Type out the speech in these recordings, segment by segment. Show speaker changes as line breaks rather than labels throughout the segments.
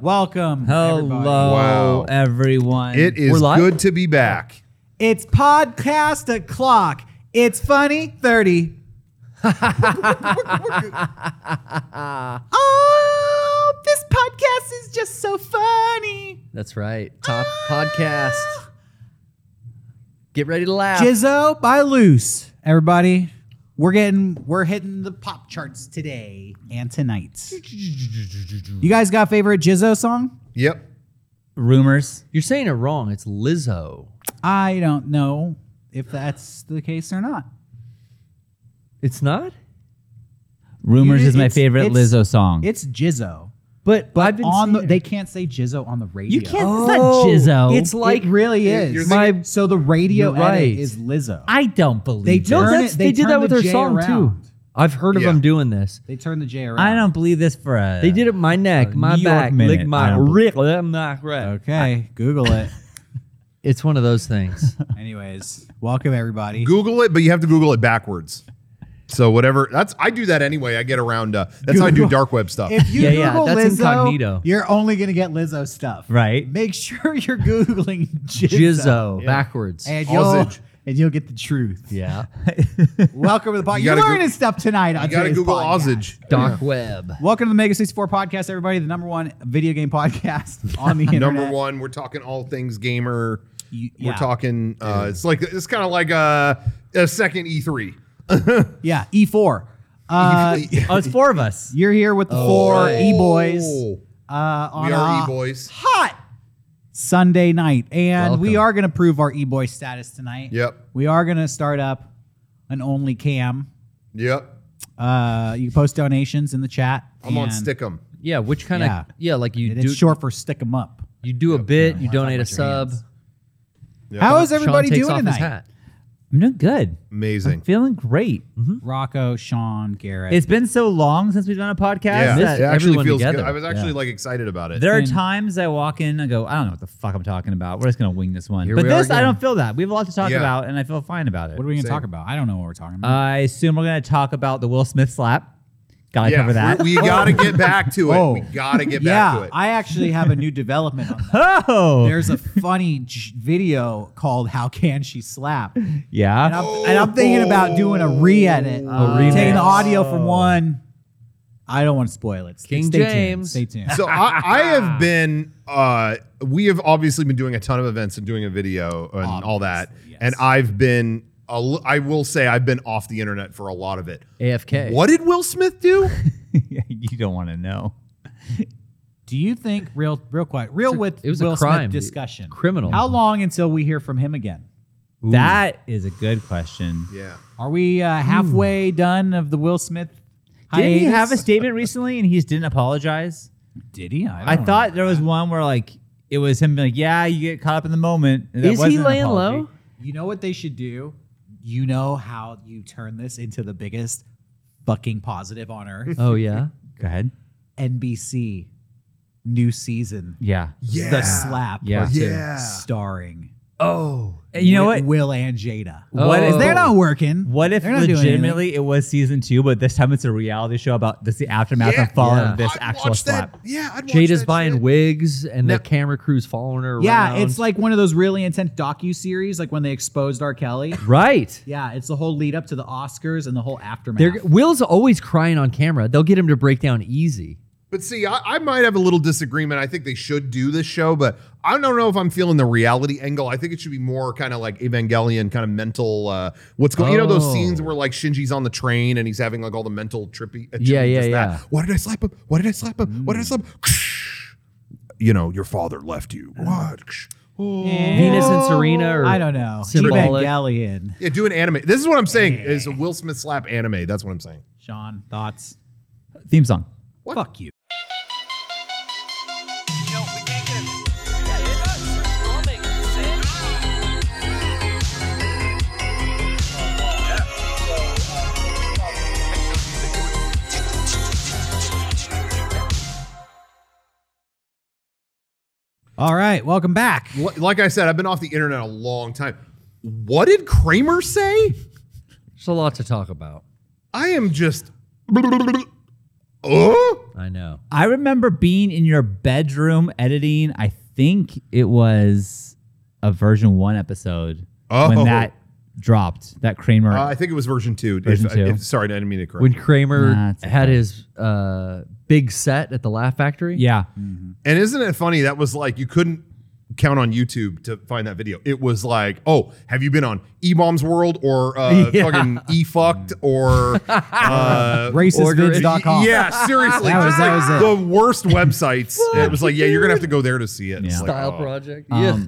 Welcome,
Hello,
everybody.
wow.
Wow.
everyone.
It
We're
is
live?
good to be back.
It's podcast o'clock. It's funny thirty. oh, this podcast is just so funny.
That's right. Top podcast. Get ready to laugh.
Jizzo by Loose, everybody. We're getting we're hitting the pop charts today and tonight. You guys got favorite Jizzo song?
Yep.
Rumors. You're saying it wrong. It's Lizzo.
I don't know if that's the case or not.
It's not.
Rumors
It-
is my
it's-
favorite
it's-
Lizzo song.
It's Jizzo.
But,
But
I've been
on the,
seeing it. Oh,
they can't say Jizzo on the radio. Oh,
you can't. it's not Jizzo.
It's like
it really
You're-
is.
you're
thinking-
so the radio
You're right.
edit is Lizzo.
I don't believe
They
this.
turn
no, that's,
it-
they,
they
did
turn
that with
the
their
J
song
around.
too. I've heard of
Yeah.
them doing this.
they turn the J around.
I don't believe this for a.
They did it my neck, my
New York
back,
Minute.
lick
I
my
don't believe-
rick, lick my rick.
Okay, Google it.
It's one of those things.
Anyways, welcome everybody.
Google it, but you have to Google it backwards. So whatever. That's I do that anyway. I get around. Uh, that's how I do
Google-
dark web stuff.
If you
Yeah, yeah,
Google
that's
Lizzo,
incognito.
you're only gonna get Lizzo stuff,
Right.
Make sure you're googling Jizzo,
Jizzo backwards.
and you'll
Sausage.
and you'll get the truth.
Yeah.
Welcome to the podcast.
You
You are
gotta
learning stuff tonight.
you
on
got to
today's
Google
podcast.
Ozage.
Doc Web.
Welcome to the Mega 64 podcast, everybody, the number one video game podcast on the internet.
Number one, we're talking all things gamer.
You-
We're
yeah.
talking. Uh, it's like it's kind of like a, a second E three.
Yeah, E4. Uh,
Oh, it's four of us.
you're here with the four
right.
E boys.
Oh.
Uh, on
we are
a
E boys.
Hot Sunday night, and we
Welcome.
are going to prove our E boy status tonight.
Yep.
We are going to start up an only cam.
Yep.
Uh, you can post donations in the chat.
I'm on
and
Stickum.
Yeah, which kind of
Yeah.
yeah. like you
It's
do
short for stick 'em up.
you do a bit,
wanna
you
talk
donate a
about your
sub.
hands. How is
Sean
everybody
takes
doing
off his
tonight?
hat.
I'm doing good.
Amazing.
Feeling great.
Mm-hmm. Rocco, Sean, Garrett.
It's been so long since we've done a podcast.
Yeah,
that
it actually
everyone
feels good.
together.
I was actually
Yeah.
like excited about it.
There are
And-
times I walk in and go, I don't know what the fuck I'm talking about. We're just gonna wing this one.
Here
but
we are
this, I
again.
don't feel that. We have a lot to talk
Yeah.
about, and I feel fine about it.
what are we going to
Same. Uh,
talk about? I don't know what we're talking about.
I assume we're gonna talk about the Will Smith slap. Gotta
yeah,
cover that.
we, got to get back to it. We
Whoa.
got to get back to
yeah,
it.
I actually have a new development on that.
oh,
There's a funny j- video called "How Can She Slap," and
yeah.
I'm, and I'm thinking about doing a re-edit, Uh,
remix.
taking the audio from one. I don't want to spoil it. Stay,
King
stay
James.
tuned. Stay tuned.
so I, I have been uh we have obviously been doing a ton of events and doing a video and all that
Obviously, yes.
and i've been a l- i will say i've been off the internet for a lot of it
AFK.
what did will smith do
you don't want to know.
Do you think real, real quiet, real
a-
with
it was a
Will
crime,
Smith discussion?
criminal.
How long until we hear from him again?
That is a good question.
yeah
Are we uh, halfway done of the Will Smith?
Hmm. Did he
hiatus?
have a statement recently and he just didn't apologize?
Did he? I,
I,
don't
thought
know.
there was one where like it was him being like, "Yeah, you get caught up in the moment." and that
Is he
wasn't an
laying
apology.
low?
You know what they should do? You know how you turn this into the biggest fucking positive on earth?
Oh yeah.
Go ahead.
NBC new season.
Yeah.
yeah
The slap.
Yeah.
yeah
Starring.
Oh.
And you know
Wi-
what?
Will and Jada.
Oh.
What if
They're not working.
What if
They're not doing
legitimately it was season two, but this time it's a reality show about this the aftermath
Yeah.
of falling
Yeah.
of this
I'd
actual
watch
slap?
that. yeah I'd watch
Jada's
that
buying
shit.
wigs and
No.
the camera crew's following her
Yeah,
around.
it's like one of those really intense docu series, like when they exposed R. Kelly.
Right.
yeah, it's the whole lead up to the Oscars and the whole aftermath.
They're, Will's always crying on camera. They'll get him to break down easy.
but see I, I might have a little disagreement i think they should do this show but i don't know if i'm feeling the reality angle i think it should be more kind of like evangelion kind of mental uh what's going you know those
Oh.
scenes where like shinji's on the train and he's having like all the mental trippy uh,
Yeah,
trippy
yeah,
this, that.
yeah. Mm.
Why did I slap him? Why did I slap him? Why did I slap him? You know, your father left you.
Uh.
What? Oh.
Venus and Serena. Or
Oh, I don't know.
Symbolic.
Evangelion.
Yeah, do an anime. This is what I'm saying. Is a Will Smith slap anime. That's what I'm saying.
Sean, thoughts?
Theme song.
Fuck you. All right, welcome back.
Li- Like I said, I've been off the internet a long time. What did Kramer say?
There's a lot to talk about.
I am just. Oh,
I know. I remember being in your bedroom editing. I think it was a version one episode
Oh.
when that dropped. That Kramer.
Uh, I think it was version two.
Version
If-
two.
if- sorry, I didn't mean to correct.
When Kramer
Nah, it's
had
okay.
his uh, big set at the Laugh Factory.
yeah.
and isn't it funny? That was like you couldn't count on YouTube to find that video. It was like, oh, have you been on E Bombs World or uh,
Yeah.
fucking E Fucked or uh,
Racistvids.com.
Yeah, seriously.
That was-
just
that
like
was it.
The worst websites. And it was like, yeah, you're gonna have to go there to see it. It's
Yeah.
like,
Style
oh.
project.
Um,
yeah.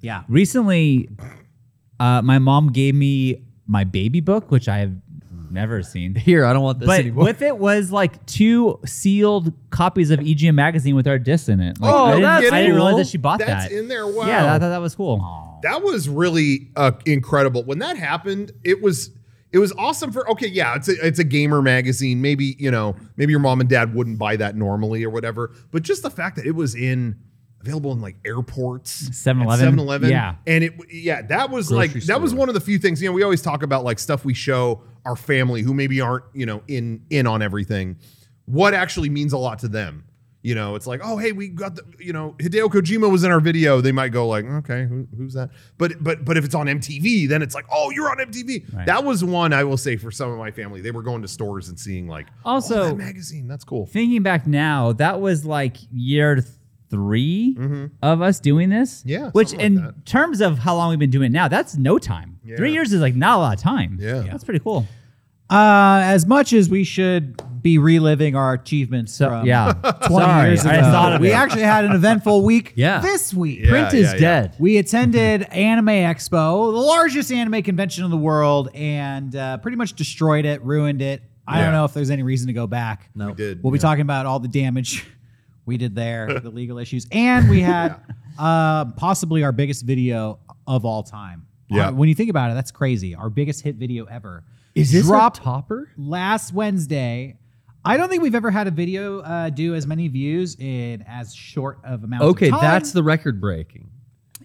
Yeah.
Recently, uh, my mom gave me my baby book, which I have never seen.
Here, I don't want this
But
anymore.
with it was like two sealed copies of EGM magazine with our discs in it. Like,
Oh,
I didn't,
that's
I didn't realize
cool.
that she bought
That's
that.
in there. Wow.
Yeah, I thought that was cool.
That was really uh, incredible. When that happened, it was it was awesome for okay, yeah, it's a it's a gamer magazine. Maybe, you know, maybe your mom and dad wouldn't buy that normally or whatever. But just the fact that it was in available in like airports.
7-Eleven?
7 Eleven.
Yeah.
And it yeah, that was
Grocery
like that was
store.
one of the few things, you know, we always talk about like stuff we show our family who maybe aren't, you know, in in on everything. What actually means a lot to them. You know, it's like, oh, hey, we got the, you know, Hideo Kojima was in our video. They might go like, okay, who, who's that? But but but if it's on MTV, then it's like, oh, you're on MTV.
Right.
That was one I will say for some of my family. They were going to stores and seeing like,
Also-
oh, that magazine. That's cool.
Thinking back now, that was like year 3
hmm
of us doing this.
Yeah,
Which,
something
in
like that.
terms of how long we've been doing it now, that's no time.
Yeah.
Three years is like not a lot of time.
Yeah. Yeah.
That's pretty cool.
Uh, as much as we should be reliving our achievements
So,
from
yeah.
20
Sorry,
Um, years ago,
I thought of
we
it.
actually had an eventful week
Yeah.
this week.
Yeah,
Print is
yeah, yeah.
dead.
We attended Anime Expo, the largest anime convention in the world, and uh, pretty much destroyed it, ruined it. I
Yeah.
don't know if there's any reason to go back.
No.
We did.
We'll be talking about all the damage we did there, the legal issues, and we had uh, possibly our biggest video of all time.
Yeah.
Uh, when you think about it, that's crazy. Our biggest hit video ever.
Is this
Drop
a topper?
last Wednesday. I don't think we've ever had a video uh, do as many views in as short of amount.
Okay,
of time.
that's the record breaking.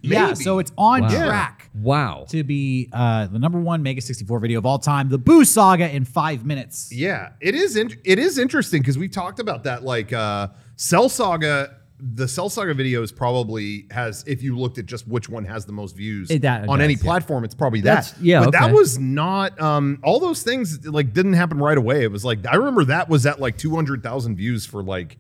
yeah.
Maybe.
So it's on
Wow. Yeah.
track
Wow.
to be uh, the number one Mega 64 video of all time, the Boo Saga in five minutes.
Yeah, it is. In- it is interesting because we've talked about that. Like uh, Cell Saga, the Cell Saga videos probably has. If you looked at just which one has the most views
It- that
on any
does, yeah.
platform, it's probably that.
That's- yeah,
but that
okay.
was not. Um, all those things like didn't happen right away. It was like I remember that was at like two hundred thousand views for like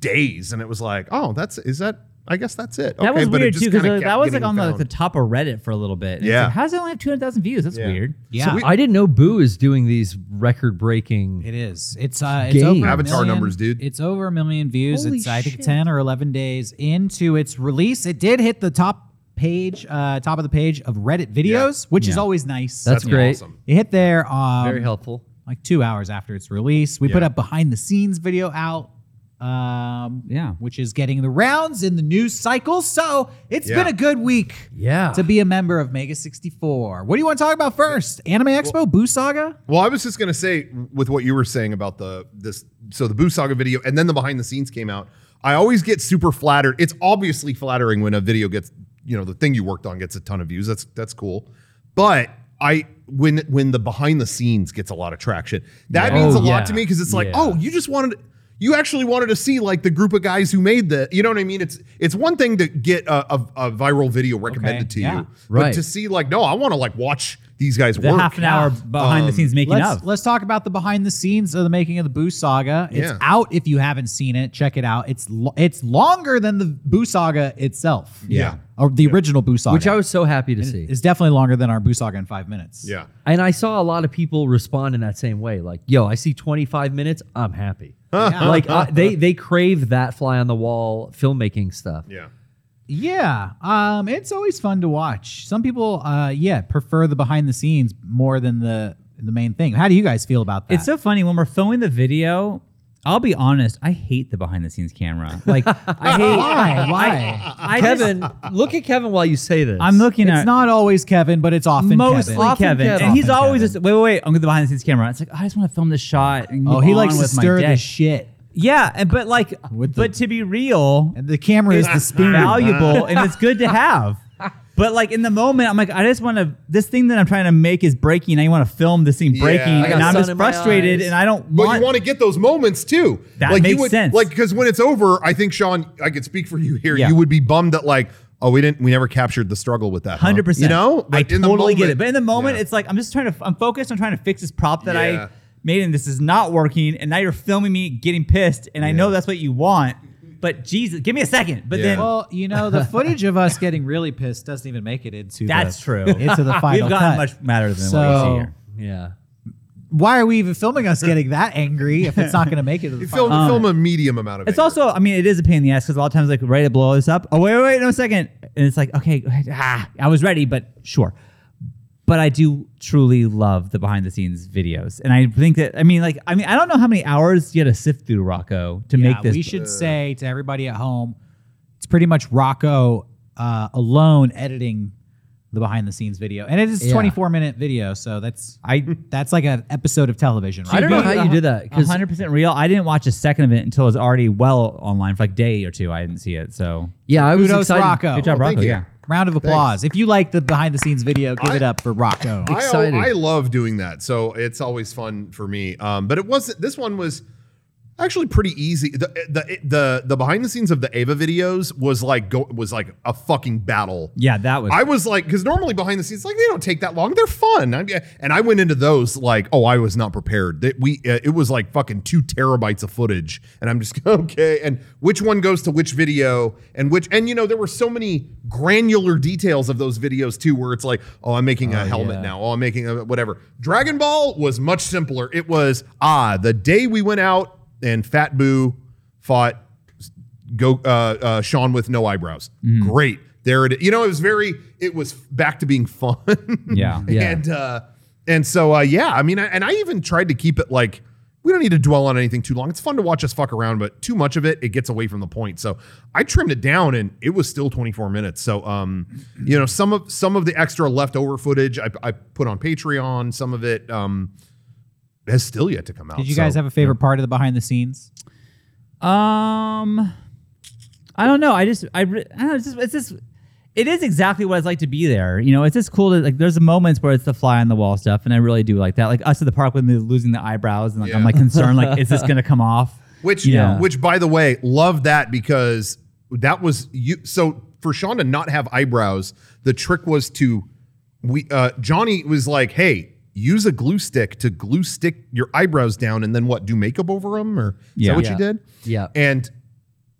days, and it was like, oh, that's is that. I guess that's it.
That was
but it
weird
just
too, because
kinda kept
that was like
getting
on the,
found.
like, the top of Reddit for a little bit. And it's
Yeah.
like, How does it only have 200,000 views? That's
Yeah.
weird.
Yeah,
we-
I didn't know Boo is doing these record breaking.
it is. It's uh, it's
Game.
over a
Avatar
million-
numbers, dude.
It's over a million views.
Holy
it's I think
shit.
ten or eleven days into its release. It did hit the top page, uh, top of the page of Reddit videos, which is
Yeah.
always nice.
That's
That's
great.
Awesome.
it hit there. Um,
Very helpful.
like two hours after its release. We put
Yeah.
up behind the scenes video out, um,
Yeah.
which is getting the rounds in the news cycle. So it's
Yeah.
been a good week
Yeah.
to be a member of Mega 64. What do you want to talk about first? Anime Expo, Boo Saga?
Well, I was just gonna say with what you were saying about the this so the Boo Saga video and then the behind the scenes came out. I always get super flattered. It's obviously flattering when a video gets you know the thing you worked on gets a ton of views. That's that's cool. But I when when the behind the scenes gets a lot of traction, that
Yeah.
means a
Oh,
lot
yeah.
to me because it's like
Yeah.
oh you just wanted. You actually wanted to see like the group of guys who made the, you know what I mean? It's it's one thing to get a, a, a viral video recommended
Okay,
to
yeah.
you, but
Right.
to see like no, I want to like watch these guys
The
work.
half an hour behind the
Um,
scenes making
Let's,
of.
let's talk about the behind the scenes of the making of the Boo Saga. It's
Yeah.
out if you haven't seen it. Check it out. It's lo- it's longer than the Boo Saga itself.
Yeah.
Or the original Boo Saga.
Which I was so happy to see.
is definitely longer than our Boo Saga in five minutes.
Yeah.
And I saw a lot of people respond in that same way. Like, yo, I see 25 minutes, I'm happy. like I, they they crave that fly on the wall filmmaking stuff.
Yeah.
Yeah, um, it's always fun to watch. Some people, uh, yeah, prefer the behind the scenes more than the the main thing. How do you guys feel about that?
It's so funny when we're filming the video. I'll be honest, I hate the behind the scenes camera. Like I hate
Why? Why?
I just-
Kevin, look at Kevin while you say this.
I'm looking
it's
at
not always Kevin, but it's often Kevin.
mostly Kevin.
Often Kevin.
And he's
Often
always
Kevin.
just wait, wait, wait. I'm going to the behind the scenes camera. It's like I just want to film this shot. And
Oh,
move
he
on
likes to
with my
stir
day.
the shit,
yeah, and, but like,
With the-
but to be real,
and the camera is the
it's
spoon.
valuable and it's good to have. But like in the moment, I'm like, I just want to. This thing that I'm trying to make is breaking. I want to film this thing
Yeah.
breaking,
I got
and I'm
sun
just
in my
frustrated,
eyes.
and I don't
But
want.
you want to get those moments too.
That
like you
makes
would,
sense.
Like because when it's over, I think Sean, I could speak for you here.
Yeah.
You would be bummed that like, oh, we didn't, we never captured the struggle with that. huh?
Hundred percent.
You know,
I
But in the
totally get
moment-
it. But in the moment,
Yeah.
it's like I'm just trying to. I'm focused on trying to fix this prop that
Yeah.
I made, and this is not working. And now you're filming me getting pissed, and I know that's what you want. But Jesus, give me a second. But
Yeah.
then
Well, you know, the footage of us getting really pissed doesn't even make it into.
that's
the,
true.
Into the final
We've gotten
cut.
much madder than what
So-
you see here.
Yeah.
Why are we even filming us getting that angry if it's not going to make it to the
You
final?
film, film a medium amount of
It's
anger.
also, I mean, it is a pain in the ass because a lot of times, like, ready to blow this up. Oh wait, wait, wait, no second, and it's like, okay, ah, I was ready, but sure. But I do truly love the behind the scenes videos, and I think that, I mean, like, I mean, I don't know how many hours you had to sift through Rocco to
Yeah,
make this.
we should say to everybody at home, it's pretty much Rocco uh, alone editing the behind the scenes video, and it is a
Yeah.
24 minute video, so that's
I
that's like an episode of television,
I
right?
don't know how you did that because
100 percent real. I didn't watch a second of it until it was already well online for like a day or two. I didn't see it, so
yeah, I was
Kudos,
excited.
Rocco.
good job,
well, thank
Rocco.
you.
Yeah.
Round of applause. If you like the behind the scenes video, give
I-
it up for Rocco.
I, al-
excited.
I love doing that. So it's always fun for me. Um, but it wasn't, this one was actually pretty easy. The, the, the, the behind the scenes of the Ava videos was like, go, was like a fucking battle.
Yeah, that was.
I was like, because normally behind the scenes, like they don't take that long. They're fun. I mean, and I went into those like, oh, I was not prepared. That we, uh, it was like fucking two terabytes of footage, and I'm just okay. And which one goes to which video, and which, and you know, there were so many granular details of those videos too, where it's like, oh, I'm making a helmet now. Oh, I'm making a whatever. Dragon Ball was much simpler. It was ah, the day we went out and Fat Boo fought go uh, uh, Sean with no eyebrows.
Mm-hmm.
Great. There it is. You know, it was very, it was back to being fun.
Yeah.
Yeah.
And, uh, and so, uh, yeah, I mean, I, and I even tried to keep it like, we don't need to dwell on anything too long. It's fun to watch us fuck around, but too much of it, it gets away from the point. So I trimmed it down and it was still 24 minutes. So, um, you know, some of, some of the extra leftover footage I, I put on Patreon, some of it, um, has still yet to come out.
Did you guys
So-
have a favorite part of the behind the scenes?
Um, I don't know. I just, I, re- I don't know. It's just, it's just, it is exactly what it's like to be there. You know, it's just cool to like. There's moments where it's the fly on the wall stuff, and I really do like that. Like us at the park when they're losing the eyebrows, and like I'm
Yeah.
like concerned, like is this gonna come off?
Which,
Yeah.
which by the way, love that because that was you. So for Sean to not have eyebrows, the trick was to we uh, Johnny was like, "Hey, use a glue stick to glue stick your eyebrows down, and then what? Do makeup over them, or is
Yeah.
that what
Yeah.
you did?"
Yeah.
And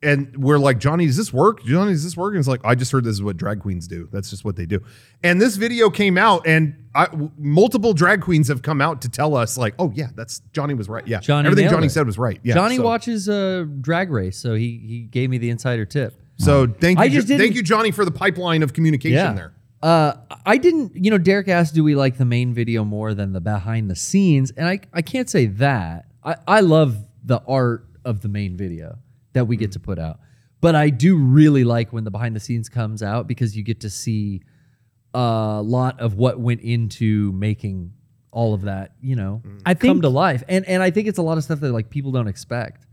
and we're like, Johnny, does this work? Johnny, does this work? And it's like, I just heard this is what drag queens do. That's just what they do. And this video came out, and I, w- multiple drag queens have come out to tell us, like, oh yeah, that's Johnny was right. Yeah,
Johnny
everything
nailed
Johnny
it.
said was right. Yeah,
Johnny
so-
watches uh, Drag Race, so he he gave me the insider tip.
So thank you,
I just
Jo-
didn't-
thank you, Johnny, for the pipeline of communication there.
Uh, I didn't, you know, Derek asked, do we like the main video more than the behind the scenes? And I, I can't say that. I, I love the art of the main video that we get to put out. But I do really like when the behind the scenes comes out because you get to see a lot of what went into making all of that, you know,
I
come
think
to life. And and I think it's a lot of stuff that like people don't expect.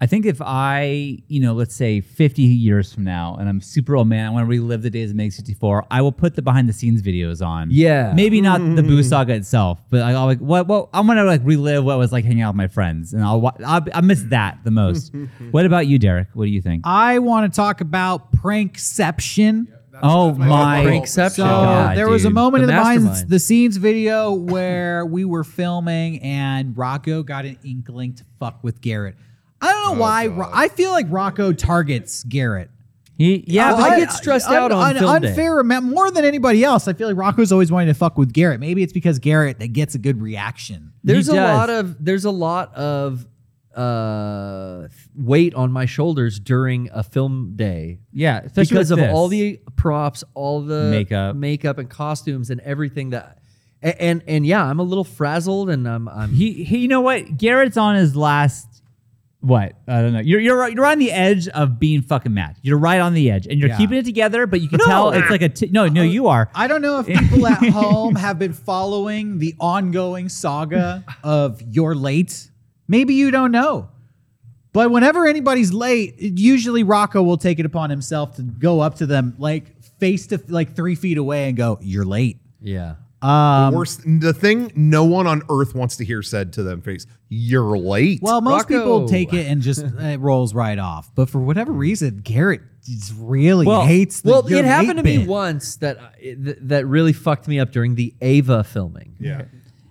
I think if I, you know, let's say 50 years from now, and I'm super old man, I want to relive the days of Meg 64. I will put the behind the scenes videos on.
Yeah.
Maybe not the Boo
Mm-hmm.
Saga itself, but like, I'll like what what I'm gonna like relive what it was like hanging out with my friends, and I'll, wa- I'll I miss that the most. what about you, Derek? What do you think?
I want to talk about prankception.
oh my,
Prankception.
So
God,
there was a
dude.
moment
The
in the behind
mastermind.
the scenes video where we were filming and Rocco got an inkling to fuck with Garrett. I don't know why. Ro- I feel like Rocco targets Garrett.
He, yeah,
I
but
get stressed out on
an
film day.
unfair amount more than anybody else. I feel like Rocco's always wanting to fuck with Garrett. Maybe it's because Garrett that gets a good reaction.
there's
He
a
does.
lot of there's a lot of uh weight on my shoulders during a film day
yeah, especially
because of
with
all
this.
the props all the
Makeup.
makeup and costumes and everything that a- and and yeah i'm a little frazzled and i'm i'm
He, he, you know what? Garrett's on his last. What I don't know. You're you're right- you're on the edge of being fucking mad. You're right on the edge, and you're
Yeah.
keeping it together, but you can tell it's like a t- no,
Uh,
no. You are.
I don't know if people at home have been following the ongoing saga of You're Late. Maybe you don't know. But whenever anybody's late, usually Rocco will take it upon himself to go up to them, like face to like three feet away, and go, "You're late."
Yeah.
Worst, the thing no one on earth wants to hear said to them face, you're late.
Well, most
Rocco.
people take it and just it rolls right off. But for whatever reason, Garrett just really hates. The
well,
"You're
it happened to
late"
me
bit.
once that I- th- that really fucked me up during the Ava filming.
yeah.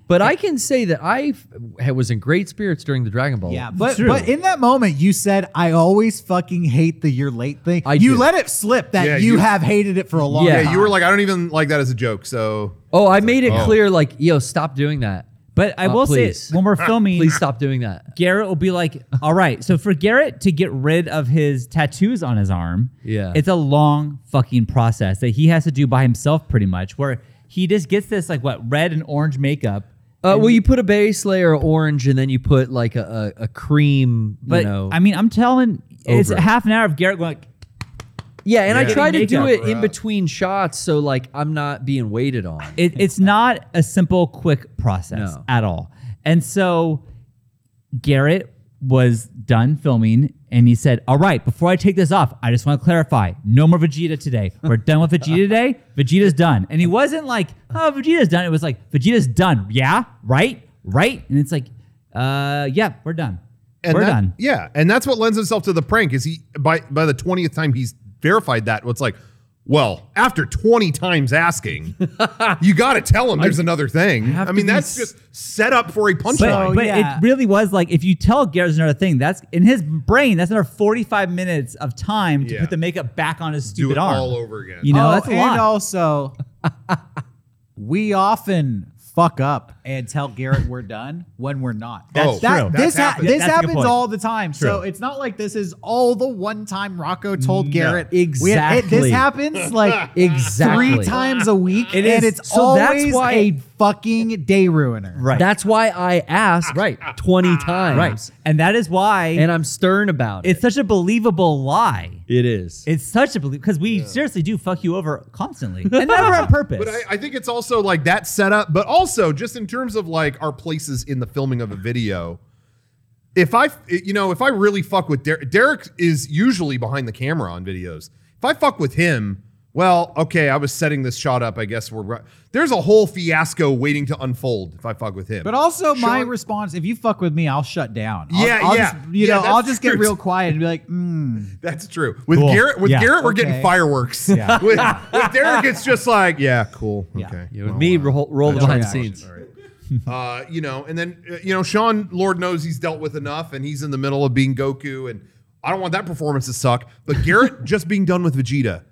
But I can say that I f- was in great spirits during the Dragon Ball.
Yeah, but
true.
but in that moment, you said, "I always fucking hate the you're late thing."
I
you
do.
let it slip that
Yeah,
you,
you-
have hated it for a long
Yeah.
time.
Yeah, you were like, I don't even like that as a joke. So
Oh, I made it
Oh.
clear, like, yo, stop doing that.
But I
Uh,
will
please.
say, when we're filming,
Please stop doing that.
Garrett will be like, all right. So for Garrett to get rid of his tattoos on his arm,
Yeah.
it's a long fucking process that he has to do by himself pretty much, where he just gets this like what red and orange makeup.
Uh, well, you put a base layer of orange, and then you put like a, a, a cream. you
But
know.
I mean, I'm telling, it's
Over.
half an hour of Garrett going, like,
yeah, and I
Yeah.
try to
Makeup
do it
or
in
up.
between shots, so like I'm not being waited on.
it, it's not a simple, quick process
No.
at all. And so Garrett was done filming and he said, All right, before I take this off, I just want to clarify no more Vegeta today. We're done with Vegeta today. Vegeta's done. And he wasn't like, Oh, Vegeta's done. It was like, Vegeta's done. Yeah, right, right. And it's like, uh, Yeah, we're done.
and
we're
that-
done.
Yeah, and that's what lends itself to the prank. Is he by by the twentieth time he's verified that? What's like, well, after twenty times asking, you got to tell him there's another thing. I mean, that's just set up for a punchline.
So-
But
yeah.
it really was like if you tell Garrett's another thing, that's in his brain, that's another 45 minutes of time to
Yeah.
put the makeup back on his
Do
stupid
it
arm.
all over again.
You know,
oh,
that's a
and
lot.
also, we often fuck up and tell Garrett we're done when we're not.
That's
That-
true.
This
That's happened.
this
That's a good
happens
point.
all the time. So
True.
it's not like this is all the one time Rocco told Garrett.
exactly.
We- it- this happens like
Exactly.
three times a week,
It
and
is-
it's
so that's
always
why-
a fucking day ruiner.
Right.
That's why I asked
Right.
20 times.
right. And that is why
And I'm stern about it.
it's such a believable lie.
It is.
It's such a believe because we seriously do fuck you over constantly and never on purpose.
But I, I think it's also like that setup, but also just in terms of like our places in the filming of a video. If I, you know, if I really fuck with Derek, Derek is usually behind the camera on videos. If I fuck with him, well, okay, I was setting this shot up. I guess we're ri- there's a whole fiasco waiting to unfold if I fuck with him.
But also my
Sean-
response: if you fuck with me, I'll shut down. I'll,
Yeah,
I'll
yeah.
Just, you
Yeah,
know, I'll
that's
just
true.
get real quiet and be like, mm,
that's true. With
Cool.
Garrett, with
Yeah.
Garrett, we're getting
Okay.
fireworks.
Yeah.
With, with Derek, it's just like, yeah, cool, okay.
You know, me roll, roll the
That's
behind the
right.
scenes.
uh, you know, and then uh, you know, Sean, Lord knows he's dealt with enough, and he's in the middle of being Goku, and I don't want that performance to suck. But Garrett just being done with Vegeta,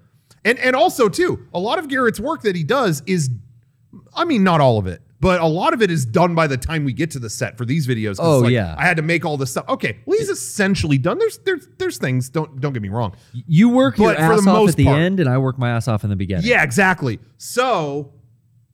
and and also too, a lot of Garrett's work that he does is, I mean, not all of it, but a lot of it is done by the time we get to the set for these videos. 'cause it's
Oh,
like,
yeah.
I had to make all this stuff. Okay, well, he's essentially done. There's there's there's things. Don't don't get me wrong.
You work your
But for the
ass off
most
at the
part-
end, and I work my ass off in the beginning.
Yeah, exactly. So.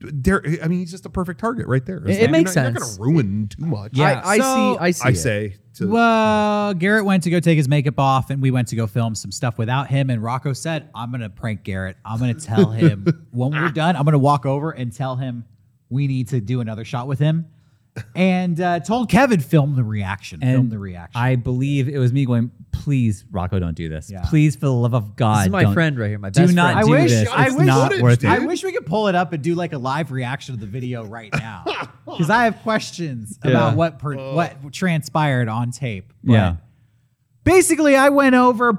There, I mean, he's just a perfect target right there.
It- it makes
you're
sense.
not- You're not going to ruin too much.
Yeah, I, I
so-
see. I see.
I
it.
say to
Well, Garrett went to go take his makeup off, and we went to go film some stuff without him. And Rocco said, "I'm gonna prank Garrett. I'm gonna tell him when we're done. I'm gonna walk over and tell him we need to do another shot with him." And uh, told Kevin film the reaction. film the reaction.
I believe it was me going, please, Rocco, don't do this.
Yeah.
Please, for the love of God.
This is my
don't."
friend right here. My
Do
best
not
I
friend.
do
wish-
this.
I
it's
wish-
not
footage,
worth
dude.
I
it.
wish we could pull it up and do like a live reaction of the video right now, because I have questions about what per, what transpired on tape. But
Yeah.
basically I went over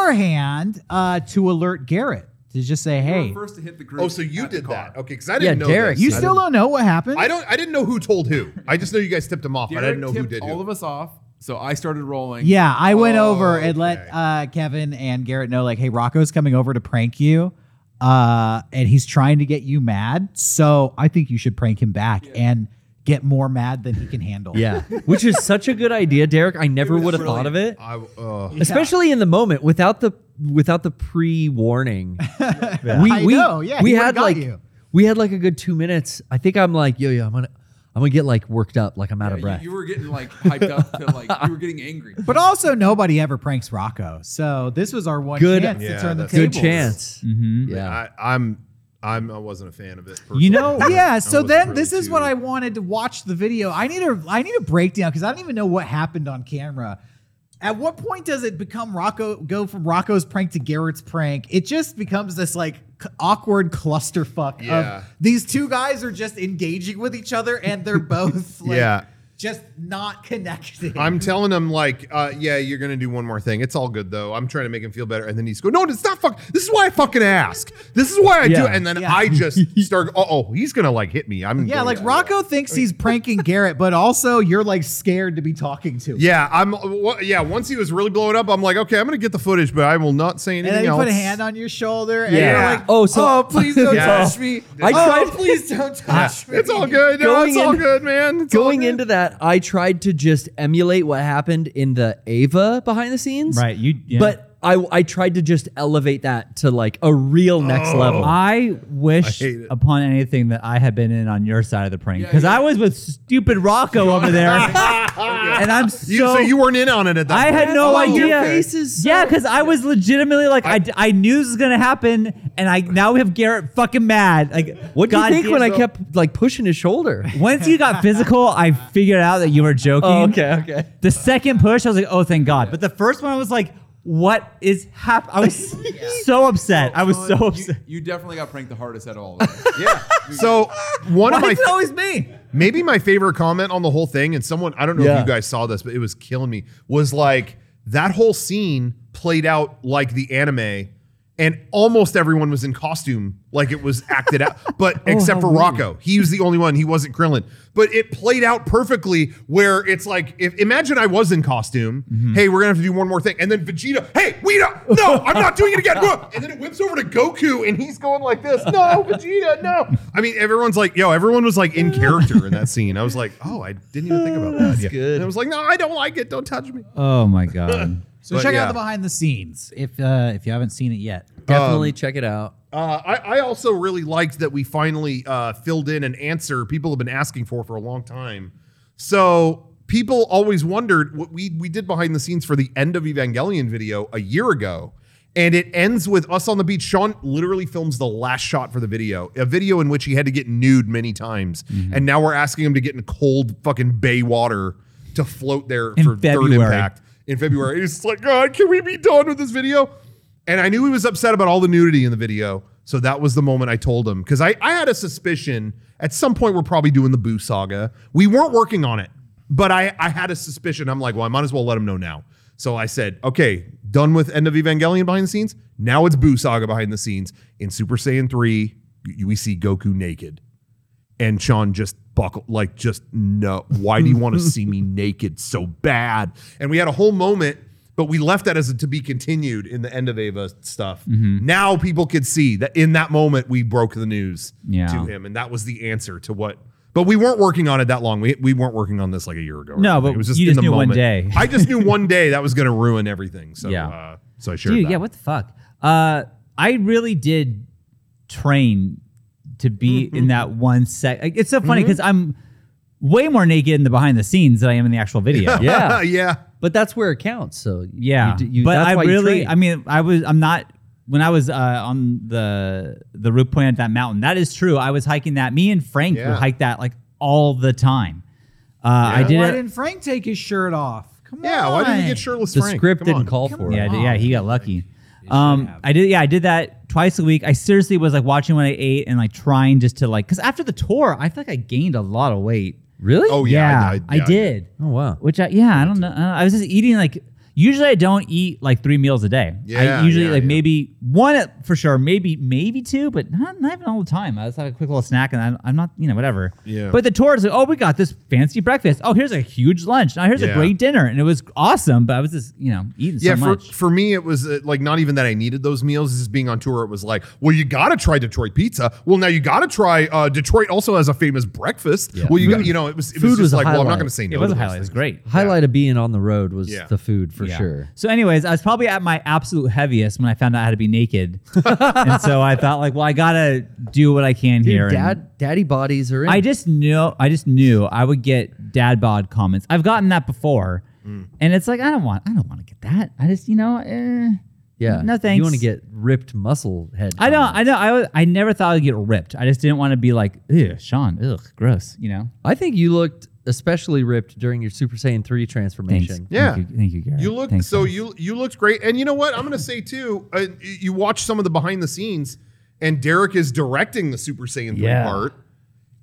beforehand uh, to alert Garrett to just say,
Hmm.
hey,
first to hit the group.
Oh, so you
at the
did
car.
that. Okay, because I didn't know.
Derek,
this.
you
I
still don't know what happened.
I don't. I didn't know who told who. I just know you guys tipped him off, but I
Derek
didn't know who
tipped
did
all
who.
of us off, so I started rolling.
yeah, I went
Oh,
over and let
okay.
uh, Kevin and Garrett know, like, hey, Rocco's coming over to prank you, uh, and he's trying to get you mad. So I think you should prank him back and get more mad than he can handle.
Yeah, which is such a good idea, Derek. I never would have thought of it,
I, uh,
especially in the moment without the without the pre warning. we
I
we
know, yeah,
we
he would've
had
got
like
you.
we had like a good two minutes. I think I'm like yo yo I'm gonna I'm gonna get like worked up like I'm out
Yeah,
of
you-
breath.
You, were getting like hyped up to like you were getting angry.
But also, nobody ever pranks Rocco, so this was our one
Good-
chance
Yeah,
to turn the
that's- Good
good
tables.
chance.
Mhm.
Mm-hmm.
Yeah.
I, I'm. I'm. I wasn't a fan of it. Personally.
You know,
I
yeah. So
wasn't
then
really
this is
too-
what I wanted to watch the video. I need a I need a breakdown because I don't even know what happened on camera. At what point does it become Rocco go from Rocco's prank to Garrett's prank? It just becomes this like c- awkward clusterfuck
Yeah.
of these two guys are just engaging with each other and they're both like
Yeah.
just not connected.
I'm telling him like, uh, yeah, you're gonna do one more thing. It's all good though. I'm trying to make him feel better, and then he's go, no, it's not fuck. This is why I fucking ask. This is why I do.
Yeah.
it." And then
Yeah.
I just start. Oh, oh, he's gonna like hit me. I'm
yeah,
going
like
to-
Rocco thinks he's pranking Garrett, but also you're like scared to be talking to him.
Yeah, I'm. uh, wha- Yeah, once he was really blowing up, I'm like, okay, I'm gonna get the footage, but I will not say anything
And then you
else.
put a hand on your shoulder and
Yeah.
you're like,
Oh, so-
oh, please don't
Yeah.
touch me.
I
oh,
tried-
please don't touch me.
It's all good. No,
Going
it's all
in-
good, man. It's all
Going
good.
into that, I tried to just emulate what happened in the Ava behind the scenes.
Right. You. yeah.
But I, I tried to just elevate that to like a real next
Oh.
level.
I wish
Oh. I hate it.
upon anything that I had been in on your side of the prank
Yeah,
because
yeah.
I was with stupid Rocco over there, and I'm so.
You, so, you weren't in on it at that.
I
point.
had no
Oh,
idea.
your face is so-
yeah, because I was legitimately like, I, I knew this was gonna happen, and I now we have Garrett fucking mad. Like,
what do you
God
think
damn-
when I kept like pushing his shoulder?
Once you got physical, I figured out that you were joking.
Oh, okay, okay.
The second push, I was like, oh, thank God. But the first one, I was like, what is happening? I was so upset. I was
Oh,
so
Colin,
upset.
You, you definitely got pranked the hardest out of all of us.
Yeah. So one of
Why
my
is it always me?
maybe my favorite comment on the whole thing, and someone I don't know
Yeah.
if you guys saw this, but it was killing me. Was like that whole scene played out like the anime, and almost everyone was in costume, like it was acted out, but except for Rocco, he was the only one. He wasn't Krillin, but it played out perfectly. Where it's like, if imagine I was in costume, hey, we're gonna have to do one more thing, and then Vegeta, hey, Vegeta, no, I'm not doing it again, and then it whips over to Goku, and he's going like this, no, Vegeta, no. I mean, everyone's like, yo, everyone was like in character in that scene. I was like, oh, I didn't even think about that. That's
good.
And I was like, no, I don't like it. Don't touch me.
Oh my God.
So
But
check
yeah.
out the behind the scenes if uh, if you haven't seen it yet.
Definitely check it out.
Uh, I, I also really liked that we finally uh, filled in an answer people have been asking for for a long time. So people always wondered what we we did behind the scenes for the end of Evangelion video a year ago, and it ends with us on the beach. Sean literally films the last shot for the video, a video in which he had to get nude many times,
Mm-hmm.
and now we're asking him to get in cold fucking bay water to float there
In
for
February.
third impact in February. He's like, God, can we be done with this video? And I knew he was upset about all the nudity in the video. So that was the moment I told him. Because I, I had a suspicion at some point we're probably doing the Boo saga. We weren't working on it, but I, I had a suspicion. I'm like, well, I might as well let him know now. So I said, okay, done with End of Evangelion behind the scenes. Now it's Boo saga behind the scenes. In Super Saiyan 3, y- we see Goku naked and Sean just buckled, like, just no. Why do you want to see me naked so bad? And we had a whole moment, but we left that as a to be continued in the end of Ava stuff.
Mm-hmm.
Now people could see that in that moment we broke the news
Yeah.
to him, and that was the answer to what. But we weren't working on it that long. We, we weren't working on this like a year ago. or
No,
anything.
but you just knew one day.
I just knew one day that was going to ruin everything. So
Yeah.
uh, so I shared
Dude,
that.
yeah, what the fuck? Uh, I really did train to be in
Mm-hmm.
that one sec. like, It's so funny because I'm way more naked in the behind the scenes than I am in the actual video.
Yeah.
yeah.
But that's where it counts. So
Yeah,
you d- you-
but
that's
I
why you
really,
train.
I mean, I was, I'm not. When I was uh, on the the root point at that mountain, that is true. I was hiking that. Me and Frank
Yeah.
would hike that like all the time. Uh, I did
Why
it.
didn't Frank take his shirt off? Come
Yeah.
on.
Why didn't we get shirtless
the
Frank?
script
Come
didn't
on.
call
Come
for
on.
it.
Yeah, I did, yeah, he got lucky.
should
Um,
have.
I did. Yeah, I did that twice a week. I seriously was like watching what I ate and like trying just to like because after the tour, I feel like I gained a lot of weight.
Really?
Oh yeah.
I,
yeah,
did.
Oh, wow.
Which I yeah, I don't know. I don't know. I was just eating like usually I don't eat like three meals a day.
Yeah,
I usually
yeah,
like
yeah.
maybe one at- for sure, maybe maybe two, but not not even all the time. I just have a quick little snack and I'm, I'm not you know whatever.
Yeah.
But the tour is like, oh, we got this fancy breakfast. Oh, here's a huge lunch. Now here's
Yeah.
a great dinner, and it was awesome. But I was just you know eating
Yeah,
so
for,
much.
for me, it was uh, like not even that I needed those meals. Just being on tour, it was like, well, you gotta try Detroit pizza. Well, now you gotta try uh, Detroit. Also has a famous breakfast. Well, you got you know, it was it
Food
was just
was a
like, well, I'm not
highlight.
gonna say no.
it was
to
a
those
highlight. It was
things.
great.
Highlight of being on the road was
Yeah.
the food for
Yeah.
sure.
So, anyways, I was probably at my absolute heaviest when I found out how to be naked, and so I thought like, well, I gotta do what I can here.
Dude,
and-
dad, daddy bodies are in.
I just knew I just knew I would get dad bod comments. I've gotten that before.
Mm.
And it's like I don't want I don't want to get that. I just you know eh.
yeah.
no thanks.
You want to get ripped muscle head.
I don't
comments.
I know I was- I never thought I'd get ripped. I just didn't want to be like ew Sean ugh gross you know.
I think you looked especially ripped during your Super Saiyan 3 transformation.
Yeah.
Thank you, thank you Garrett.
You look
Thanks,
so
guys.
you you looked great, and you know what? I'm gonna say too. Uh, you watch some of the behind the scenes, and Derek is directing the Super Saiyan three
Yeah.
part,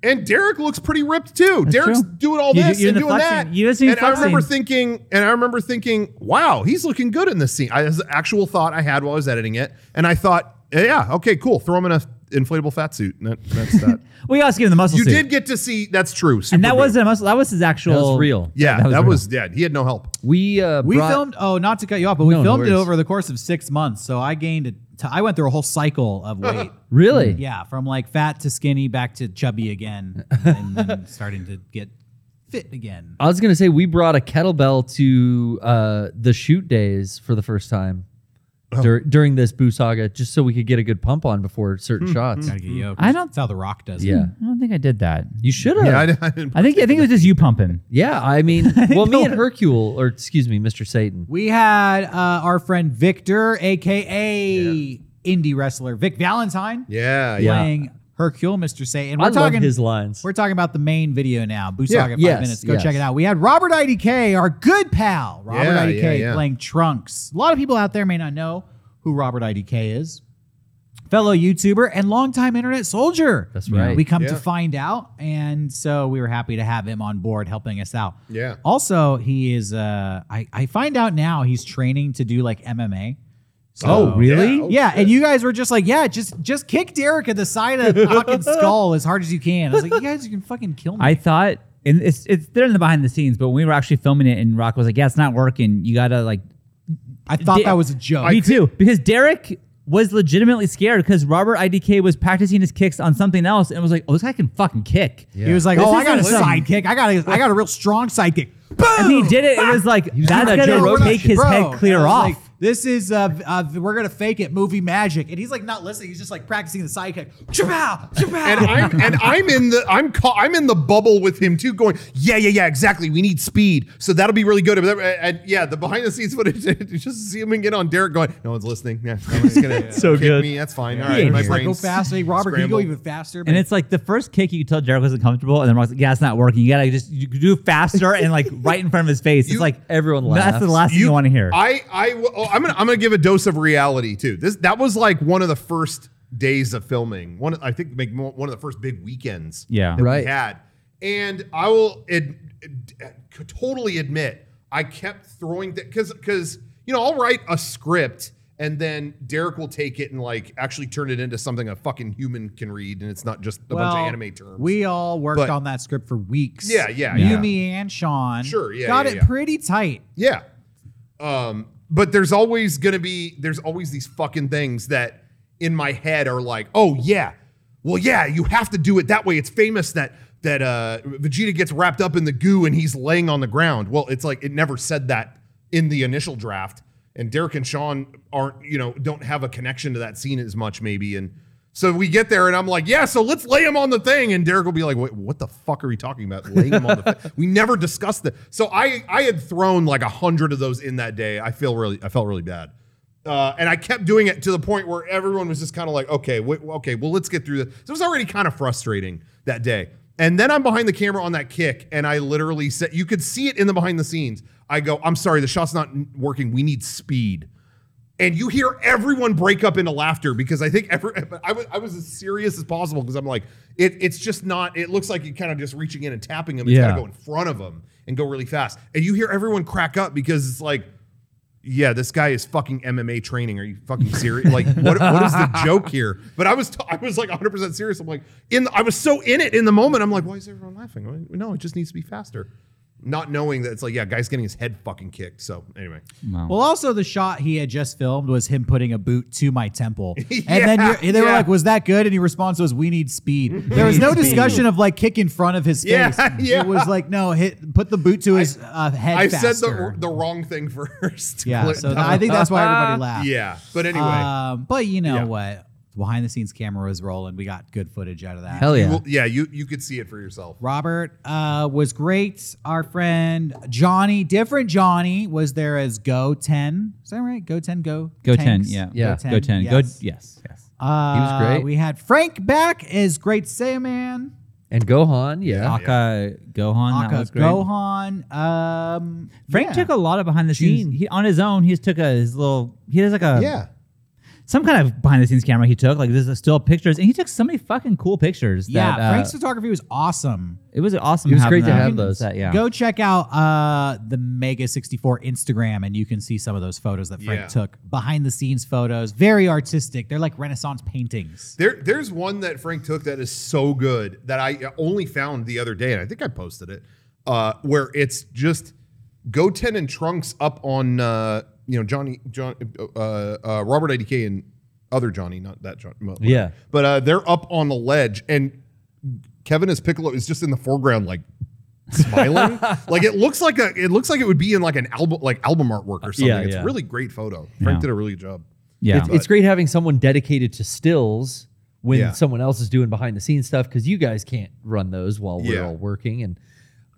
and Derek looks pretty ripped too. Derek's
true.
doing all
You do-
this
you're
and
the
doing
flexing-
that.
you just need
and I remember
flexing.
thinking, and I remember thinking, wow, he's looking good in this scene. I, this is an actual thought I had while I was editing it, and I thought, eh, yeah, okay, cool. Throw him in a inflatable fat suit. and that- that's that.
We also give him the muscle
you
suit.
did get to see. That's true. Super
and that
Boo.
wasn't a muscle. That was his actual.
That was real.
Yeah,
that was
that
real.
was dead. He had no help.
We uh,
We
brought-
filmed. Oh, not to cut you off, but we
No, no
filmed it
worries.
over the course of six months. So I gained. A t- I went through a whole cycle of weight.
really
Mm-hmm.
yeah, from like fat to skinny, back to chubby again, and then starting to get fit again.
I was gonna say we brought a kettlebell to uh, the shoot days for the first time dur- during this Boo Saga, just so we could get a good pump on before certain shots.
Hmm.
Gotta get yoked.
I don't-
That's how The Rock does it.
Yeah,
I don't think I did that.
you should have.
Yeah,
Yeah, I,
I, I didn't.
think I think it was just you pumping.
mean, well, me and Hercule, or excuse me, Mr. Satan.
We had uh, our friend Victor, aka indie wrestler Vic Valentine,
Yeah, yeah.
playing Hercule, Mr. Say, and we're
I love
talking
his lines.
We're talking about the main video now. Boo Saga five
yes,
minutes. Go
yes.
check it out. We had Robert IDK, our good pal, Robert
Yeah,
IDK
yeah, yeah.
playing Trunks. A lot of people out there may not know who Robert IDK is. Fellow YouTuber and longtime internet soldier.
That's right.
We come
Yeah.
to find out. And so we were happy to have him on board helping us out.
Yeah.
Also, he is uh I, I find out now he's training to do like MMA.
Oh,
So-
really?
yeah, oh, and you guys were just like, yeah, just just kick Derek in the side of the fucking skull as hard as you can. I was like, you guys can fucking kill me.
I thought, and it's it's they're in the behind the scenes, but when we were actually filming it, and Rock was like, "Yeah, it's not working. You gotta like."
I thought
Di-
that was a joke.
me too, because Derek was legitimately scared because Robert IDK was practicing his kicks on something else, and was like, "Oh, this guy can fucking kick."
He was like,
This
oh, I got a
isn't some-
sidekick. I got a, I got a real strong sidekick.
And he did it. It was like that's
doing that Joe
gonna
Rogan
make
shit.
his
Bro,
head clear
I was
off.
like, this is uh, uh, we're gonna fake it movie magic, and he's like not listening. He's just like practicing the sidekick. Chapow,
And
chapow.
I'm and I'm in the I'm ca- I'm in the bubble with him too, going yeah yeah yeah exactly. We need speed, so that'll be really good. And, and yeah, the behind the scenes footage, you just see him and get on Derek going. No one's listening. Yeah, I'm just gonna
So
kick
good.
Me. That's fine. All
He
right,
ain't
my
here.
Like, go
brain's
faster, Hey, Robert.
scrambled.
Can you go even faster?
And it's like the first kick you could tell Derek wasn't comfortable, and then Rock's like, "Yeah, it's not working. You gotta just you do faster and like right in front of his face."
You-
it's like
everyone
That's the
laughs.
last thing you want to hear.
I I oh, I'm gonna I'm gonna give a dose of reality too. This that was like one of the first days of filming. One I think make more, one of the first big weekends.
Yeah.
that we
Right.
had, and I will ad, ad- ad- totally admit I kept throwing that because because you know I'll write a script. And then Derek will take it and like actually turn it into something a fucking human can read, and it's not just a bunch of anime terms.
We all worked
But-
on that script for weeks.
Yeah, yeah,
You,
yeah.
me, and Sean.
Sure, yeah,
Got
yeah,
it
yeah.
pretty tight.
Yeah. Um, but there's always gonna be there's always these fucking things that in my head are like, oh yeah, well yeah, you have to do it that way. It's famous that that uh, Vegeta gets wrapped up in the goo and he's laying on the ground. Well, it's like it never said that in the initial draft. And Derek and Sean aren't, you know, don't have a connection to that scene as much maybe. And so we get there and I'm like, yeah, so let's lay him on the thing. And Derek will be like, wait, what the fuck are we talking about? Laying him on the thing. We never discussed that. So I I had thrown like a hundred of those in that day. I feel really I felt really bad. Uh, and I kept doing it to the point where everyone was just kind of like, okay, wait, okay, well, let's get through this. So it was already kind of frustrating that day. And then I'm behind the camera on that kick, and I literally said, you could see it in the behind the scenes. I go, I'm sorry, the shot's not working. We need speed and you hear everyone break up into laughter because I think every, I, was, I was as serious as possible because I'm like, it, it's just not, it looks like you're kind of just reaching in and tapping him. It's got
Yeah.
to go in front of him and go really fast. And you hear everyone crack up because it's like, yeah, this guy is fucking MMA training. Are you fucking serious? Like, what, what is the joke here? But I was, t- I was like 100 percent serious. I'm like, in, the, I was so in it in the moment. I'm like, why is everyone laughing? I'm like, No, it just needs to be faster. Not knowing that it's like, yeah, guy's getting his head fucking kicked. So anyway,
Well, also the shot he had just filmed was him putting a boot to my temple, and
Yeah,
then you're, and they were
yeah.
like, "Was that good?" And your response was, "We need speed." There was no discussion of like kick in front of his
Yeah,
face.
yeah.
It was like, no, hit, put the boot to his uh, head.
I
faster.
said the, the wrong thing first.
yeah. So I think that's why everybody laughed.
Yeah, but anyway,
Um, but you know
Yeah.
what? Behind the scenes camera was rolling. We got good footage out of that.
Hell
you
yeah!
will- yeah, you you could see it for yourself.
Robert uh, was great. Our friend Johnny, different Johnny, was there as Go 10. Is that right? Go 10, Go.
Go ten,
Tanks?
yeah,
Yeah.
Go ten, go
yes.
yes, yes.
Uh,
He was great.
We had Frank back as Great Saiyan Man.
and Gohan. Yeah,
Aka Gohan. that
Aka,
was great.
Gohan. Um,
Frank
yeah.
took a lot of behind the
Gene.
scenes. He, on his own, he's took a his little. He does like a
yeah.
some kind of behind the scenes camera he took. Like there's still pictures, and he took so many fucking cool pictures.
yeah.
that, uh,
Frank's photography was awesome.
it was awesome.
It was
having
great to
that.
have those.
That, yeah.
Go check out uh, the Mega 64 Instagram, and you can see some of those photos that Frank
Yeah.
took. Behind the scenes photos, very artistic. They're like Renaissance paintings.
There, there's one that Frank took that is so good that I only found the other day, and I think I posted it, uh, where it's just Goten and Trunks up on uh, you know Johnny John uh, uh, Robert IDK and other Johnny, not that Johnny. well, whatever.
Yeah.
but uh, they're up on the ledge, and Kevin as Piccolo is just in the foreground, like smiling. like it looks like a, it looks like it would be in like an album, like album artwork or something.
Yeah,
it's
yeah.
a really great photo. Frank did a really good job.
yeah.
it's, it's great having someone dedicated to stills when
Yeah.
someone else is doing behind the scenes stuff because you guys can't run those while we're
Yeah.
all working. And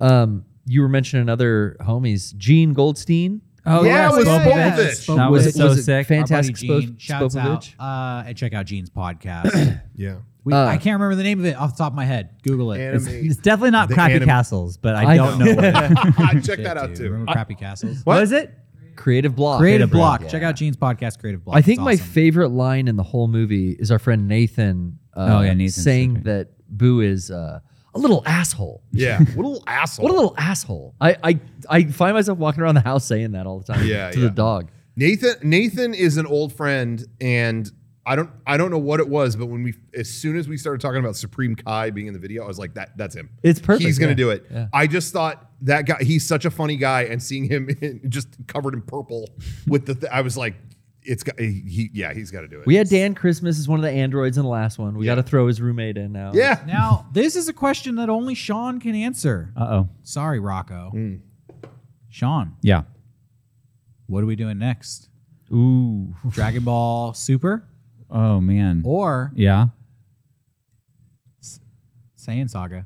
um, you were mentioning other homies, Gene Goldstein. Uh,
oh
Yeah, it was
Spopovich.
Spopovich.
That was,
Spopovich.
so
was it
sick.
Our buddy
Fantastic Spo-
Gene, shouts
Spopovich.
out uh, and check out Gene's podcast.
Yeah.
we,
Uh,
I can't remember the name of it off the top of my head. Google it.
Anime.
It's definitely not
The
Crappy
anime-
Castles, but I,
I
don't
know.
know. what it-
Check that out
Dude,
too.
Remember Crappy Castles?
what is it?
Creative Block.
Creative Block.
Block,
Check out Gene's podcast, Creative Block.
I think
It's
my
awesome.
favorite line in the whole movie is our friend Nathan. Uh,
Oh, yeah, Nathan's so
saying
great.
that Boo is uh, a little asshole.
Yeah. What a little asshole.
What a little asshole! I, I I find myself walking around the house saying that all the time.
Yeah,
to
yeah.
the dog.
Nathan Nathan is an old friend and I don't I don't know what it was, but when we as soon as we started talking about Supreme Kai being in the video, I was like, that that's him.
It's perfect,
He's gonna
yeah.
do it.
Yeah.
I just thought that guy he's such a funny guy, and seeing him in, just covered in purple with the th- I was like, it's got he, he yeah, he's gotta do it.
We had Dan Christmas as one of the androids in the last one. We
Yeah.
got to throw his roommate in now.
yeah.
Now, this is a question that only Sean can answer.
Uh oh.
Sorry, Rocco.
Hmm.
Sean,
Yeah.
what are we doing next?
Ooh.
Dragon Ball Super
Oh man.
or
Yeah.
Saiyan Saga?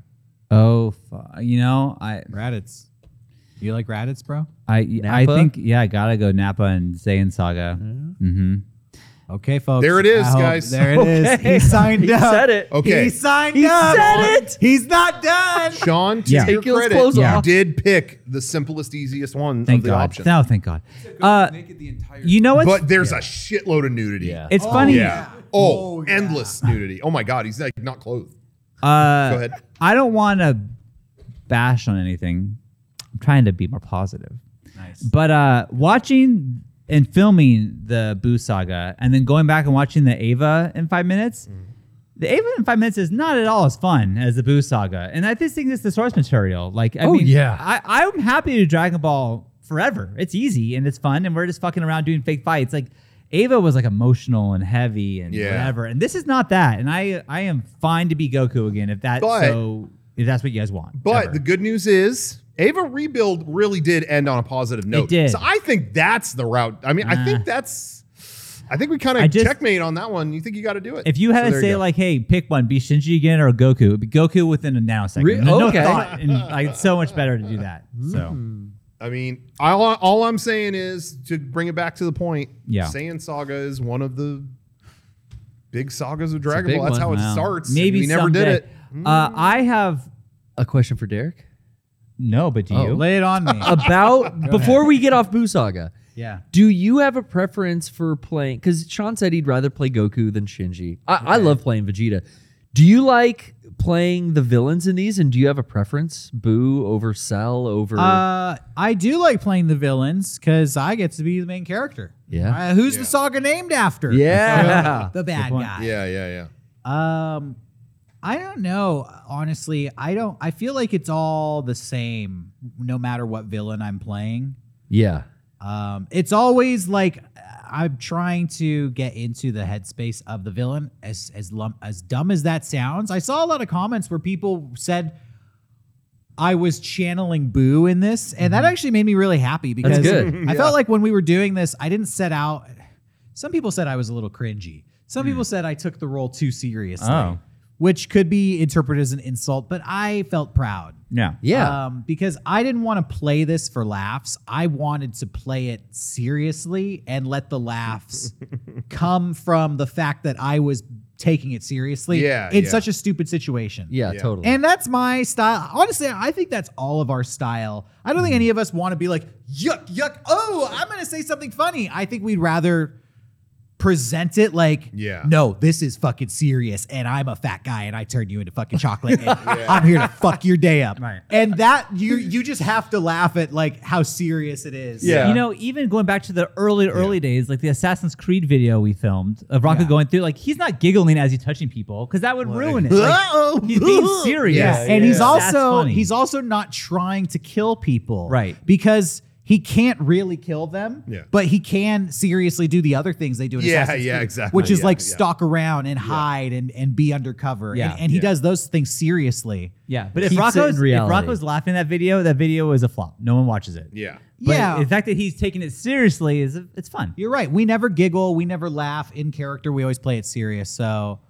Oh, fu- you know, I,
Raditz. You like Raditz, bro?
I, I
Napa?
think, yeah, I gotta go Napa and Saiyan Saga. Mm-hmm.
Okay, folks.
There it is,
I hope-
guys.
There it is.
Okay.
He signed
He
up.
said it.
Okay.
He signed
He
up.
said it.
He's not done.
Sean, to
Yeah.
your
Take his
credit,
clothes
you
off.
did pick the simplest, easiest one
Thank
of the
God.
options.
No, thank God. Uh,
naked the entire
you know what?
But there's a shitload of nudity.
Yeah.
It's funny.
Yeah. Oh,
Oh, yeah.
endless nudity. Oh my God, he's like not clothed.
Uh,
Go ahead.
I don't want to bash on anything. I'm trying to be more positive. Nice. But uh, watching and filming the Boo saga and then going back and watching the Ava in five minutes, the Ava in five minutes is not at all as fun as the Boo saga. And I just think it's the source material. Like, I
Oh,
mean,
yeah.
I, I'm happy to do Dragon Ball forever. It's easy and it's fun, and we're just fucking around doing fake fights. Like, Ava was like emotional and heavy and
Yeah.
whatever. And this is not that. And I I am fine to be Goku again if that
But-
so if that's what you guys want.
But
ever.
the good news is Ava Rebuild really did end on a positive note.
did.
So I think that's the route. I mean, I think that's. I think we kind
I
of
just-
checkmate on that one. You think you got to do it?
if you
So
had
there
to say
go.
like, hey, pick one, be Shinji again or Goku, it'd be Goku within a nanosecond.
Re-
no
okay.
thought. And like it's so much better to do that.
Mm,
So um,
I mean, all, all I'm saying is to bring it back to the point.
Yeah.
Saiyan Saga is one of the big sagas of Dragon
big
Ball. That's
one.
how it
wow.
starts. and
Maybe
we never did
someday.
it.
Uh, I have
A question for Derek
no, but do
Oh.
you?
Lay it on me.
about before we get off Boo Saga.
yeah.
Do you have a preference for playing? Because Sean said he'd rather play Goku than Shinji. I, I love playing Vegeta. Do you like playing the villains in these? And do you have a preference? Boo over Cell over
Uh, I do like playing the villains because I get to be the main character.
Yeah.
Uh, who's
Yeah.
the saga named after?
Yeah.
The bad
point.
guy.
Yeah, yeah, yeah.
Um, I don't know. Honestly, I don't. I feel like it's all the same, no matter what villain I'm playing.
yeah.
Um, it's always like I'm trying to get into the headspace of the villain. As as lum- as dumb as that sounds, I saw a lot of comments where people said I was channeling Boo in this, and that actually made me really happy because
Mm-hmm. good.
I felt like when we were doing this, I didn't set out. Some people said I was a little cringy.
Hmm.
Some people said I took the role too seriously,
Oh.
which could be interpreted as an insult, but I felt proud.
No.
Yeah.
Um, because I didn't want to play this for laughs. I wanted to play it seriously and let the laughs come from the fact that I was taking it seriously.
Yeah,
It's
yeah.
such a stupid situation.
Yeah,
Yeah.
totally.
And that's my style. Honestly, I think that's all of our style. I don't think any of us want to be like, yuck, yuck. Oh, I'm going to say something funny. I think we'd rather present it like,
Yeah.
no, this is fucking serious. And I'm a fat guy and I turned you into fucking chocolate. And I'm here to fuck your day up.
Right.
And that, you you just have to laugh at like how serious it is.
Yeah.
You know, even going back to the early, early days, like the Assassin's Creed video we filmed of Rocco going through, like he's not giggling as he's touching people because that would ruin it. Like,
Uh-oh.
he's being serious,
Yeah,
and he's
That's
also
funny.
he's also not trying to kill people
Right.
because he can't really kill them
Yeah.
but he can seriously do the other things they do in
Yeah,
Assassin's
yeah,
Creed,
exactly.
which is
Yeah,
like
yeah.
stalk around and hide and, and be undercover
Yeah.
and, and he
Yeah.
does those things seriously
yeah. But if
Keeps it in
Rocco's, if
reality.
Rocco's laughing at that video, that video is a flop. No one watches it.
Yeah.
But
yeah
The fact that he's taking it seriously is it's fun.
you're right we never giggle we never laugh in character we always play it serious so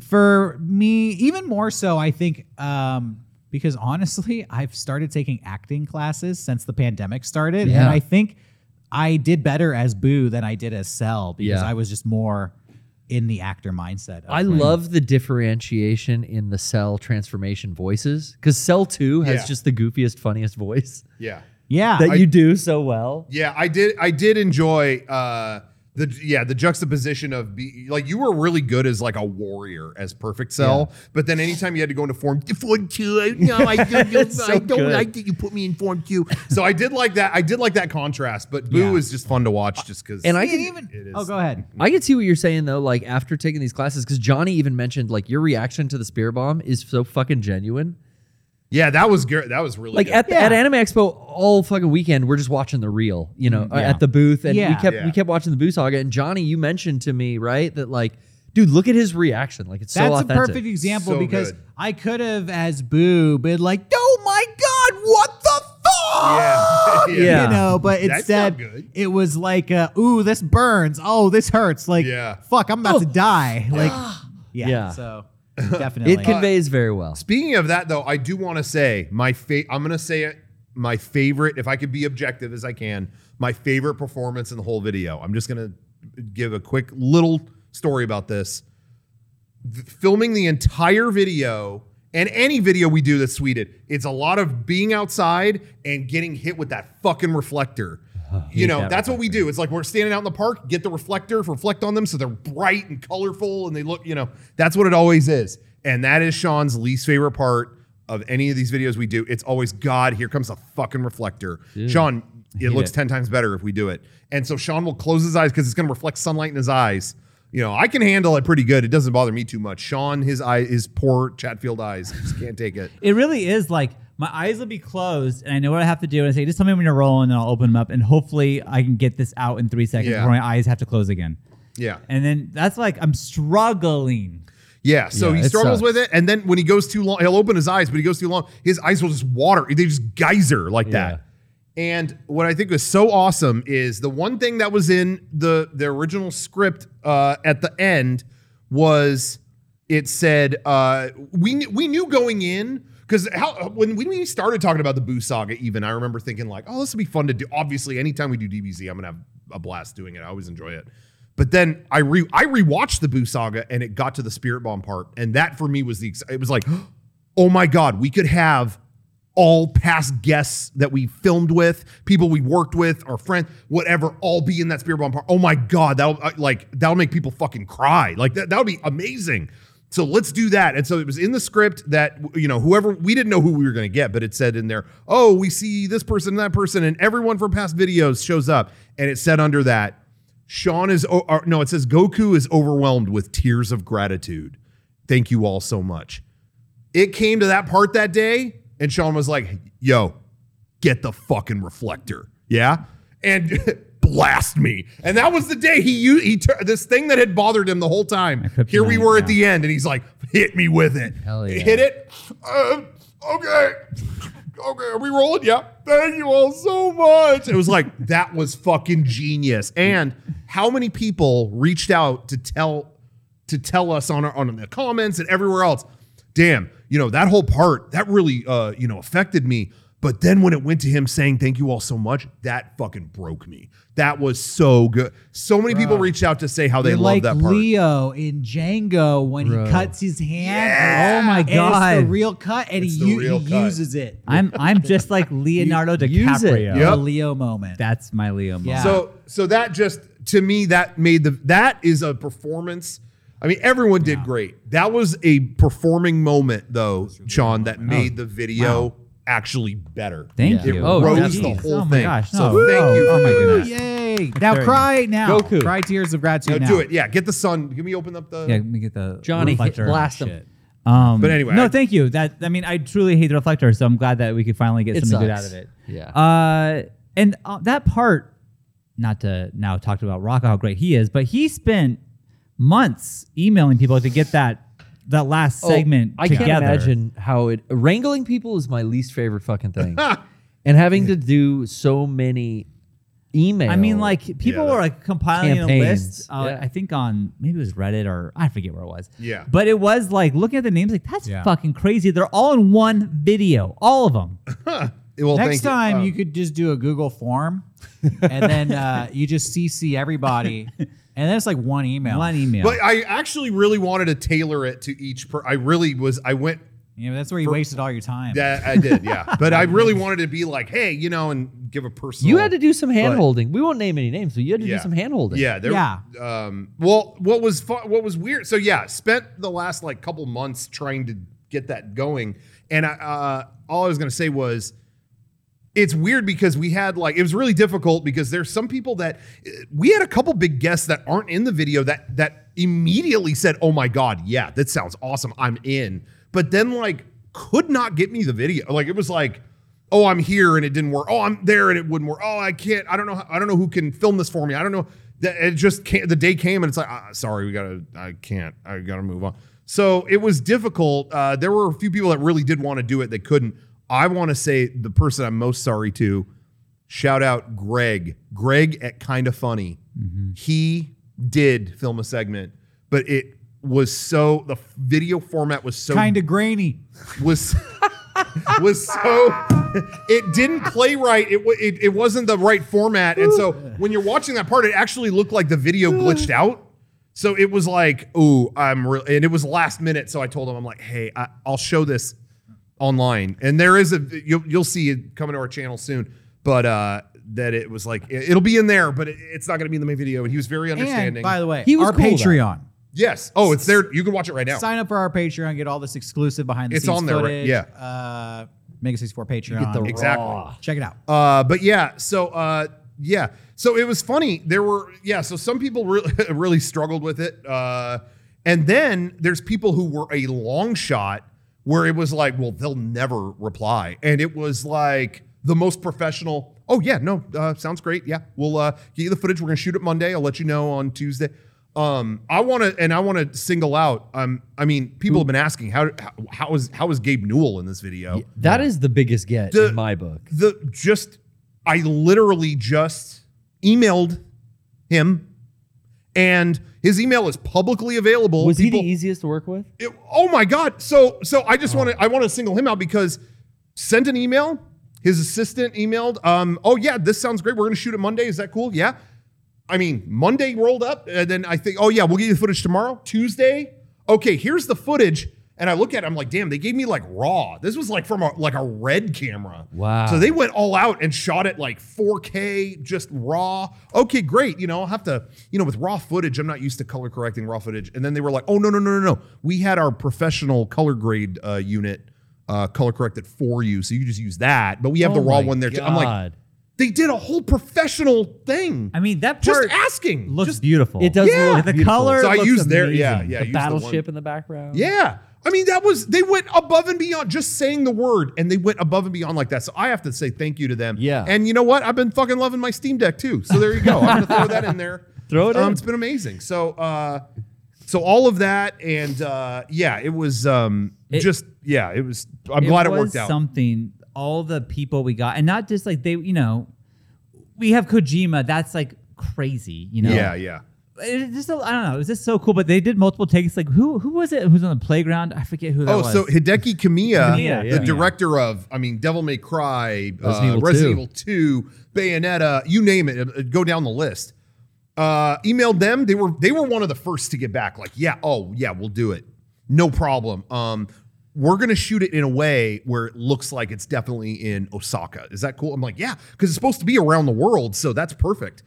for me even more so i think um because honestly i've started taking acting classes since the pandemic started and
Yeah.
i think i did better as boo than i did as cell because
Yeah.
i was just more in the actor mindset of
I
it.
love the differentiation in the Cell transformation voices because Cell 2 has
Yeah.
just the goofiest, funniest voice
Yeah.
yeah
that you do so well.
Yeah, I did. I did enjoy uh, the yeah the juxtaposition of be, like you were really good as like a warrior as perfect cell, but then anytime you had to go into form form two, I, no, I, don't- I
so
don't
good.
like that you put me in form two. So I did like that. I did like that contrast. But Boo
Yeah.
is just fun to watch just because.
And I
It
can
even
it is-
oh go ahead
I can see what you're saying though, like after taking these classes, because Johnny even mentioned like your reaction to the spear bomb is so fucking genuine.
yeah, that was good. That was really
Like
good.
at, at Anime Expo all fucking weekend, we're just watching the reel, you know, uh,
Mm-hmm. yeah.
at the booth, and
Yeah.
we kept
Yeah.
we kept watching the Boo Saga. And Johnny, you mentioned to me right that like, dude, look at his reaction, like it's so
That's a
authentic.
perfect example
So
because
good.
I could have, as Boo, been like, "Oh my God, what the fuck?"
Yeah.
Yeah.
you know. But
That's not
instead,
good.
it was like, uh, "Ooh, this burns. Oh, this hurts. Like,
Yeah.
fuck, I'm about to die." Like, yeah.
Yeah.
So definitely,
It conveys very well.
Speaking of that, though, I do want to say my fa- I'm going to say it. My favorite, if I could be objective as I can, my favorite performance in the whole video. I'm just going to give a quick little story about this. Th- filming the entire video and any video we do that's sweeted, it's a lot of being outside and getting hit with that fucking reflector. You know, that's what we do. It's like we're standing out in the park, get the reflector, reflect on them so they're bright and colorful and they look, you know, that's what it always is. And that is Sean's least favorite part of any of these videos we do. It's always, God, here comes a fucking reflector. Sean, it looks 10 times better if we do it. And so Sean will close his eyes because it's going to reflect sunlight in his eyes. You know, I can handle it pretty good. It doesn't bother me too much. Sean, his eye, his poor Chatfield eyes, just can't take it.
It really is like my eyes will be closed and I know what I have to do. And I say, just tell me when you're rolling and I'll open them up and hopefully I can get this out in three seconds
Yeah.
before my eyes have to close again.
Yeah.
And then that's like I'm struggling.
Yeah, so
Yeah,
he
it
struggles
sucks.
with it, and then when he goes too long, he'll open his eyes, but he goes too long, his eyes will just water. They just geyser like that. And what I think was so awesome is the one thing that was in the the original script uh, at the end was it said uh, we kn- we knew going in because how when when we started talking about the Boo Saga, even I remember thinking like, oh, this will be fun to do. Obviously, anytime we do DBZ, I'm gonna have a blast doing it. I always enjoy it. But then I re I rewatched the Boo Saga and it got to the Spirit Bomb part, and that for me was the ex- it was like, oh my god, we could have all past guests that we filmed with, people we worked with, our friends, whatever, all be in that Spirit Bomb part. Oh my god, that'll uh, like that'll make people fucking cry. Like that that would be amazing. So let's do that. And so it was in the script that you know whoever we didn't know who we were going to get, but it said in there, oh, we see this person, and that person, and everyone from past videos shows up, and it said under that. Sean is, o- or, no, it says Goku is overwhelmed with tears of gratitude. Thank you all so much. It came to that part that day, and Sean was like, yo, get the fucking reflector. Yeah. And blast me. And that was the day he used he tur- this thing that had bothered him the whole time.
kryptonite,
Here we were
yeah.
at the end, and he's like, hit me with it.
Hell yeah.
Hit it. Uh, okay. Okay, are we rolling? Yeah. Thank you all so much. It was like, that was fucking genius. And how many people reached out to tell to tell us on our on the comments and everywhere else. Damn, you know that whole part that really uh, you know affected me. But then when it went to him saying thank you all so much, that fucking broke me. That was so good. So many people reached out to say how they
You're
love
like
that part.
Leo in Django when
Bro.
he cuts his hand.
Yeah.
Oh my god! It's the real cut, and
It's
he,
the
u-
real
he
cut.
uses it.
I'm I'm just like Leonardo
use it.
DiCaprio.
Yep.
The Leo moment.
That's my Leo moment.
Yeah.
So so that just to me that made the that is a performance. I mean, everyone did great. That was a performing moment though, Sean, that made
Oh,
the video actually better.
Thank
It
you.
Oh,
rose
definitely.
the whole
Oh
thing.
my gosh,
So
no.
thank
Oh,
you.
oh my goodness.
Yay! Now
Very
cry now.
Goku.
Cry tears of
Now
gratitude.
do it. Yeah, get the sun. Give me open up the
Yeah, let me get the
Johnny, hit-
reflector on
blast
that
him.
shit. Um,
But anyway, I-
no, thank you. That I mean, I truly hate the reflector, so I'm glad that we could finally get
It
something good out
sucks.
of it.
Yeah.
Uh, and uh, that part, not to now talk about Rocco how great he is, but he spent months emailing people to get that that last
Oh,
segment
I
together.
can't imagine how it wrangling people is my least favorite fucking thing, and having to do so many emails.
I mean, like people
that-
were like compiling a
Campaigns,
list. Uh,
yeah.
I think on maybe it was Reddit or I forget where it was.
Yeah.
But it was like looking at the names, like that's
Yeah.
fucking crazy. They're all in one video, all of them.
well,
Next
thank you.
time,
Um,
you could just do a Google form, and then uh, you just CC everybody, and then it's like one email.
One email.
But I actually really wanted to tailor it to each per I really was I went
Yeah, but that's where you wasted all your time.
that I did, yeah. But I really wanted to be like, hey, you know, and give a personal
you had to do some hand
But-
holding. We won't name any names, but you had to
Yeah.
do some hand holding.
Yeah, there.
Yeah.
Um, well, what was fu- what was weird? So yeah, spent the last like couple months trying to get that going, and I, uh, all I was gonna say was, it's weird because we had like it was really difficult because there's some people that we had a couple big guests that aren't in the video that that immediately said, "Oh my god, yeah, that sounds awesome, I'm in," but then like could not get me the video. Like it was like. Oh, I'm here and it didn't work. Oh, I'm there and it wouldn't work. Oh, I can't. I don't know. how- I don't know who can film this for me. I don't know. That it just can't, the day came and it's like, ah, sorry, we gotta. I can't. I gotta move on. So it was difficult. Uh, there were a few people that really did want to do it. They couldn't. I want to say the person I'm most sorry to. Shout out Greg. Greg at Kind of Funny. He did film a segment, but it was so the video format was so
kind of grainy.
was was so it didn't play right. It, wa- it it wasn't the right format, and so when you're watching that part, it actually looked like the video glitched out. So it was like, "Ooh, I'm real," and it was last minute. So I told him, "I'm like, hey, I, I'll show this online, and there is a you'll you'll see it coming to our channel soon." But uh, that it was like it, will be in there, but it, it's not going to be in the main video. And he was very understanding.
And by the way,
He was
our
cool, though.
Patreon.
yes, oh, it's there. You can watch it right now.
Sign up for our Patreon. Get all this exclusive behind the
It's
scenes
on there, right?
footage.
Yeah.
Uh, Mega sixty four Patreon.
exactly.
Check it out.
Uh, but yeah, so uh, yeah, so it was funny. There were yeah, so some people really really struggled with it, uh, and then there's people who were a long shot where it was like, well, they'll never reply, and it was like the most professional. Oh yeah, no, uh, sounds great. Yeah, we'll uh, get you the footage. We're gonna shoot it Monday. I'll let you know on Tuesday. Um, I want to, and I want to single out. Um, I mean, people have been asking how how, how is how is Gabe Newell in this video?
That is the biggest get
The-
in my book.
the just I literally just emailed him and his email is publicly available.
Was
People-
he the easiest to work with?
it- oh my god. So so I
Oh.
just want to I want to single him out because sent an email, his assistant emailed um oh yeah, this sounds great. We're going to shoot it Monday. Is that cool? Yeah. I mean, Monday rolled up and then I think oh yeah, we'll get you the footage tomorrow. Tuesday. Okay, here's the footage and I look at it I'm like, "Damn, they gave me like raw. This was like from a like a red camera."
Wow.
So they went all out and shot it like 4K, just raw. Okay, great. You know, I'll have to, you know, with raw footage, I'm not used to color correcting raw footage. And then they were like, oh, no, no, no, no, no. We had our professional color grade uh, unit uh, color corrected for you. So you just use that. But we have the
Oh
raw
my
one there. Too. I'm like,
God.
they did a whole professional thing.
I mean, that
just
part
asking.
looks
Just-
beautiful.
it does
Yeah.
look
The
beautiful.
color.
So I
looks
used their- yeah,
amazing.
yeah, I
the
used the
battleship
one-
in the background.
Yeah. I mean, that was, they went above and beyond just saying the word and they went above and beyond like that. So I have to say thank you to them.
Yeah.
And you know what? I've been fucking loving my Steam Deck too. So there you go. I'm going to throw that in there.
Throw it
um,
in.
It's been amazing. So, uh, so all of that and uh, yeah, it was um,
It-
just, yeah, it was, I'm glad it
was
worked out.
Something all the people we got, and not just like they, you know, we have Kojima. That's like crazy, you know.
Yeah, yeah.
it just, I don't know. It was just so cool. But they did multiple takes. Like who who was it? Who's on the playground? I forget who. That
Oh,
was.
so Hideki Kamiya,
Kamiya, yeah.
the director of, I mean, Devil May Cry,
Resident
uh,
Evil
Resident
2.
Evil 2, Bayonetta, you name it, uh, go down the list. Uh, emailed them. They were they were one of the first to get back. Like, yeah, oh yeah, we'll do it, no problem. Um, we're gonna shoot it in a way where it looks like it's definitely in Osaka. Is that cool? I'm like, yeah, because it's supposed to be around the world, so that's perfect.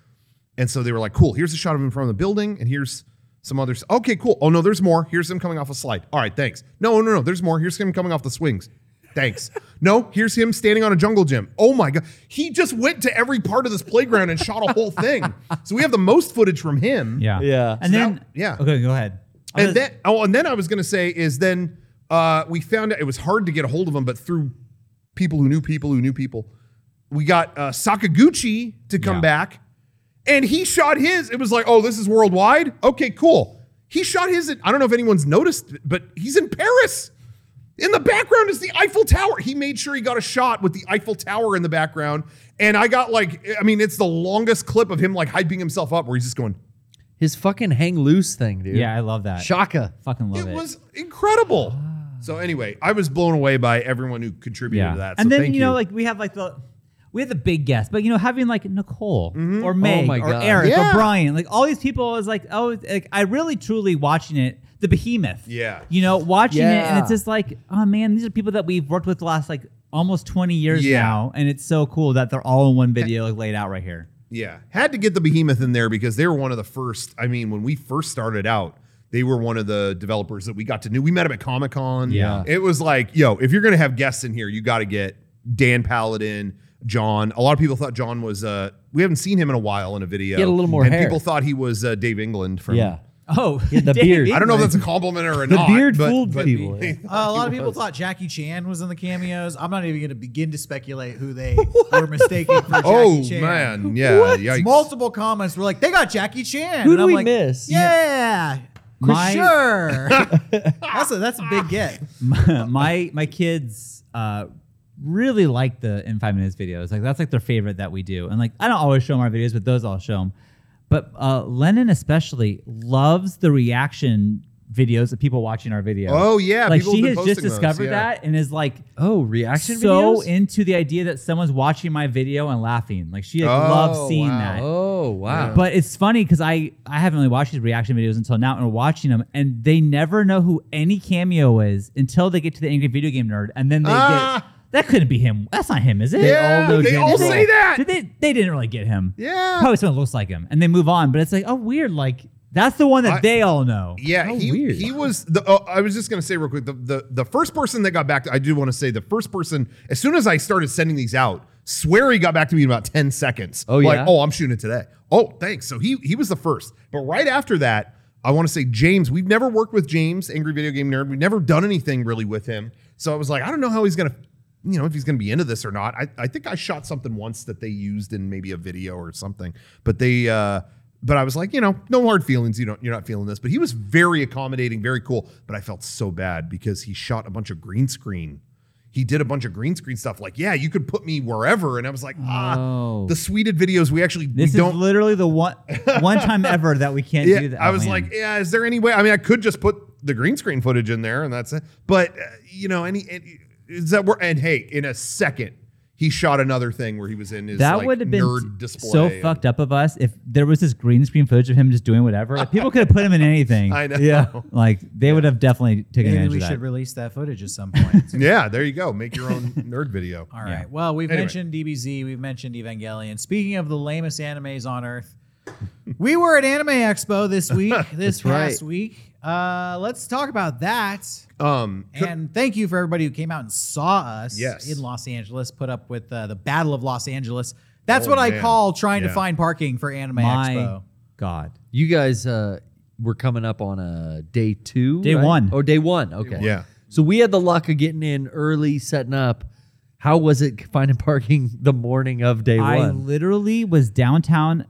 And so they were like, cool, here's a shot of him from the building, and here's some others. Okay, cool. Oh, no, there's more. Here's him coming off a slide. All right, thanks. No, no, no, there's more. Here's him coming off the swings. Thanks. No, here's him standing on a jungle gym. Oh my God. He just went to every part of this playground and shot a whole thing. So we have the most footage from him.
yeah,
Yeah.
And
So
then
now- yeah.
Okay, go ahead. I'm
And
gonna-
then, oh, and then I was going to say is then uh, we found out it was hard to get a hold of him, but through people who knew people who knew people, we got uh, Sakaguchi to come
Yeah.
back, and he shot his. It was like, oh, this is worldwide. Okay, cool. He shot his. At, I don't know if anyone's noticed, but he's in Paris. In the background is the Eiffel Tower. He made sure he got a shot with the Eiffel Tower in the background. And I got like, I mean, it's the longest clip of him like hyping himself up where he's just going,
His fucking hang loose thing, dude.
yeah, I love that.
Shaka.
Fucking love
it,
it.
was incredible.
Ah.
So anyway, I was blown away by everyone who contributed to that.
And
so
then
thank
you know, like we have like the we have the big guests, but you know, having like Nicole
Mm-hmm.
or Meg
my
or
God.
Eric
Oh Yeah.
or Brian, like all these people is like, oh, it's, like I really truly watching it, the behemoth.
Yeah.
You know, watching it, and
Yeah.
it's just like, oh man, these are people that we've worked with the last like almost twenty years
Yeah.
now, and it's so cool that they're all in one video like, laid out right here.
yeah, had to get the behemoth in there because they were one of the first. I mean, when we first started out, they were one of the developers that we got to know. We met him at Comic Con.
Yeah.
it was like, yo, if you're gonna have guests in here, you got to get Dan Paladin. John, a lot of people thought John was. uh We haven't seen him in a while in a video.
He had a little more
and
hair.
people thought he was uh, Dave England from.
Yeah.
Oh,
the
Dave,
beard.
I don't know if that's a compliment or
The
not.
beard
but-
fooled
but-
people.
Uh, a lot of people thought Jackie Chan was in the cameos. I'm not even going to begin to speculate who they were mistaken for Jackie
Oh
Chan.
man, yeah, yikes.
Multiple comments were like, "They got Jackie Chan."
Who
And
do
I'm
we
like,
miss?
Yeah, for
My-
sure. that's a that's a big get.
my my kids uh, really like the in five minutes videos. Like that's like their favorite that we do. And like I don't always show them our videos, but those I'll show them. But uh, Lennon especially loves the reaction videos of people watching our videos.
Oh yeah,
like
people
she
have been
has just
posting those,
discovered
yeah.
that and is like
Oh, reaction
so
videos?
into the idea that someone's watching my video and laughing. Like she like,
Oh,
loves seeing
wow.
that.
oh, wow.
But it's funny because I I haven't really watched these reaction videos until now, and we're watching them, and they never know who any cameo is until they get to the angry video game nerd, and then they
Ah.
get that couldn't be him. That's not him, is it?
Yeah,
all know
they
James
all
Roll.
say that.
Did they they didn't really get him.
Yeah.
probably someone that looks like him, and they move on. But it's like oh weird, like that's the one that
I-
they all know.
Yeah,
How
he
weird.
he was the. Oh, I was just gonna say real quick the, the the first person that got back. to I do want to say the first person as soon as I started sending these out, swear he got back to me in about ten seconds.
Oh,
like
yeah?
oh I'm shooting it today. Oh thanks. So he he was the first, but right after that, I want to say James. We've never worked with James, Angry Video Game Nerd. We've never done anything really with him. So I was like, I don't know how he's gonna. You know, if he's going to be into this or not. I, I think I shot something once that they used in maybe a video or something, but they, uh, but I was like, you know, no hard feelings. You don't, you're not feeling this. But he was very accommodating, very cool. But I felt so bad because he shot a bunch of green screen. He did a bunch of green screen stuff. Like, yeah, you could put me wherever. And I was like, ah,
Oh.
the sweeted videos we actually we
This is
don't.
literally the one one time ever that we can't do
yeah,
that.
I
Oh,
was
man.
like, yeah, is there any way? I mean, I could just put the green screen footage in there and that's it. But uh, you know, any, any is that where? And hey, in a second. He shot another thing where he was in his
that
like,
would have been
nerd
s-
display.
so
and-
fucked up of us if there was this green screen footage of him just doing whatever. Like, people could have put him in anything.
I know.
Like they would have definitely
Maybe
taken advantage
we
of
should
that.
release that footage at some point.
Yeah, there you go. Make your own nerd video.
All right. Well, we've
Anyway.
mentioned DBZ. We've mentioned Evangelion. Speaking of the lamest animes on earth, we were at Anime Expo this week. This past week. Uh, let's talk about that.
Um,
And thank you for everybody who came out and saw us
Yes.
in Los Angeles. Put up with uh, the Battle of Los Angeles. That's
Oh,
what I
man.
call trying
Yeah.
to find parking for Anime
My
Expo.
God.
you guys uh, were coming up on a day two?
Day
right?
one.
Oh, day one. Okay.
Yeah.
So we had the luck of getting in early, setting up. How was it finding parking the morning of day
I
one?
literally was downtown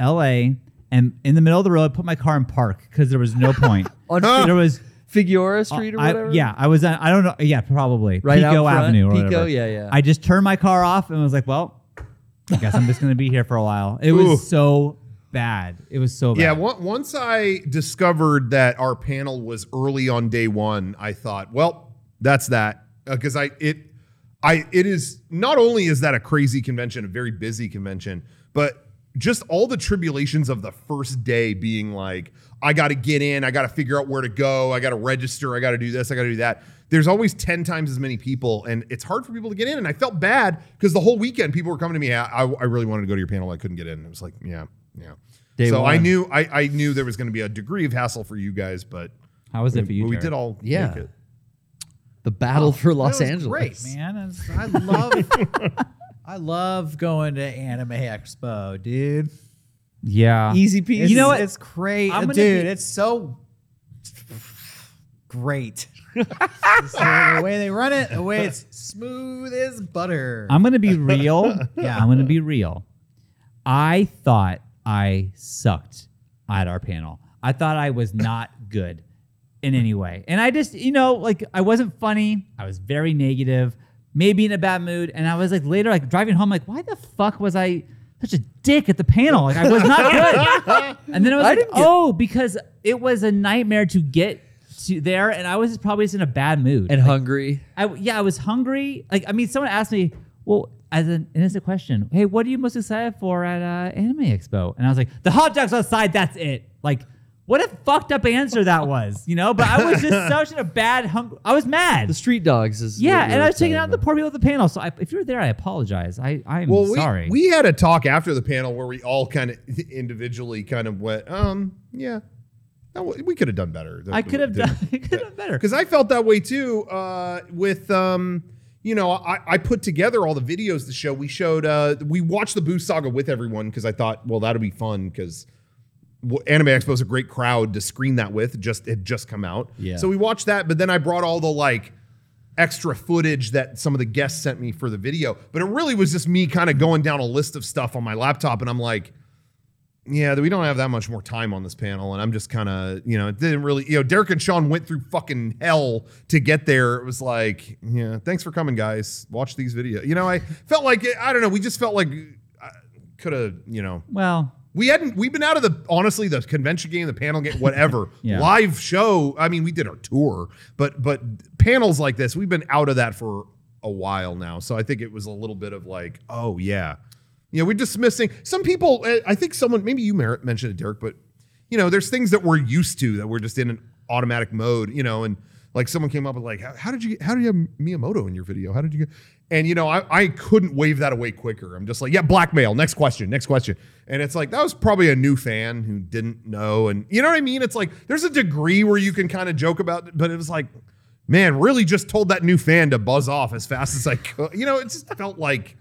LA and in the middle of the road put my car in park because there was no point.
On
there was uh,
Figueroa Street or
I-
whatever?
yeah, I was on I don't know yeah, probably.
Right out
Pico
front?
Avenue or
Pico,
whatever.
yeah, yeah.
I just turned my car off and was like, well, I guess I'm just gonna be here for a while. It
Ooh.
was so bad. It was so bad.
Yeah, on- once I discovered that our panel was early on day one, I thought, well, that's that because I it I it is not only is that a crazy convention, a very busy convention, but just all the tribulations of the first day being like, I got to get in, I got to figure out where to go, I got to register, I got to do this, I got to do that. There's always 10 times as many people, and it's hard for people to get in. And I felt bad because the whole weekend people were coming to me, I, I, I really wanted to go to your panel, I couldn't get in. And it was like, yeah, yeah.
Day
so I
one.
knew I, I knew there was going to be a degree of hassle for you guys, but
How was
we,
it for you?
we
Jared?
did all
Yeah.
make it.
The battle for Los
That was
Angeles.
Great, man. It's- I love I love going to Anime Expo, dude.
Yeah.
Easy peasy.
It's-
You know what?
It's great. uh,
I'm gonna
dude,
be-
it's so great. Just the the way they run it, the way it's smooth as butter.
I'm gonna be real.
Yeah.
I'm gonna be real. I thought I sucked at our panel. I thought I was not good in any way, and I just, you know, like I wasn't funny. I was very negative, maybe in a bad mood, and I was like later, like driving home, like why the fuck was I such a dick at the panel? Like I was not good. and then I was
I
like,
didn't get-
oh, because it was a nightmare to get to there, and I was just probably just in a bad mood
And hungry.
I yeah, I was hungry. Like I mean, someone asked me, well, as an innocent question, hey, what are you most excited for at uh, Anime Expo? And I was like, the hot dogs outside. That's it. Like, what a fucked up answer that was, you know? But I was just such in a bad hung. I was mad.
The street dogs is. what
Yeah,
you
and
were
I was taking
excited
out the
about.
poor people at the panel. So I, if you're there, I apologize. I I'm
Well, we,
sorry.
we had a talk after the panel where we all kind of individually kind of went, um, yeah, that wa- we could have done better.
I could have done I could have better.
because I felt that way too. Uh, with um, you know, I, I put together all the videos the show we showed. Uh, we watched the Boo Saga with everyone because I thought, well, that'll be fun because Anime Expo is a great crowd to screen that with. Just it just come out,
Yeah.
So we watched that, but then I brought all the like extra footage that some of the guests sent me for the video. But it really was just me kind of going down a list of stuff on my laptop, and I'm like yeah, we don't have that much more time on this panel, and I'm just kind of, you know, it didn't really, you know, Derek and Sean went through fucking hell to get there. It was like, yeah, thanks for coming, guys. Watch these videos. You know, I felt like, I don't know, we just felt like I could have, you know,
well,
we hadn't, we've been out of the, honestly, the convention game, the panel game, whatever,
Yeah.
live show. I mean, we did our tour, but, but panels like this, we've been out of that for a while now. So I think it was a little bit of like, oh, yeah. You know, we're dismissing some people. uh, I think someone, maybe you Merritt, mentioned it, Derek, but you know, there's things that we're used to that we're just in an automatic mode, you know, and like someone came up with like, how, how did you, how did you have Miyamoto in your video? How did you get, and you know, I, I couldn't wave that away quicker. I'm just like, yeah, blackmail. Next question. Next question. And it's like, that was probably a new fan who didn't know. And you know what I mean? It's like, there's a degree where you can kind of joke about, it, but it was like, man, really just told that new fan to buzz off as fast as I could. You know, it just felt like,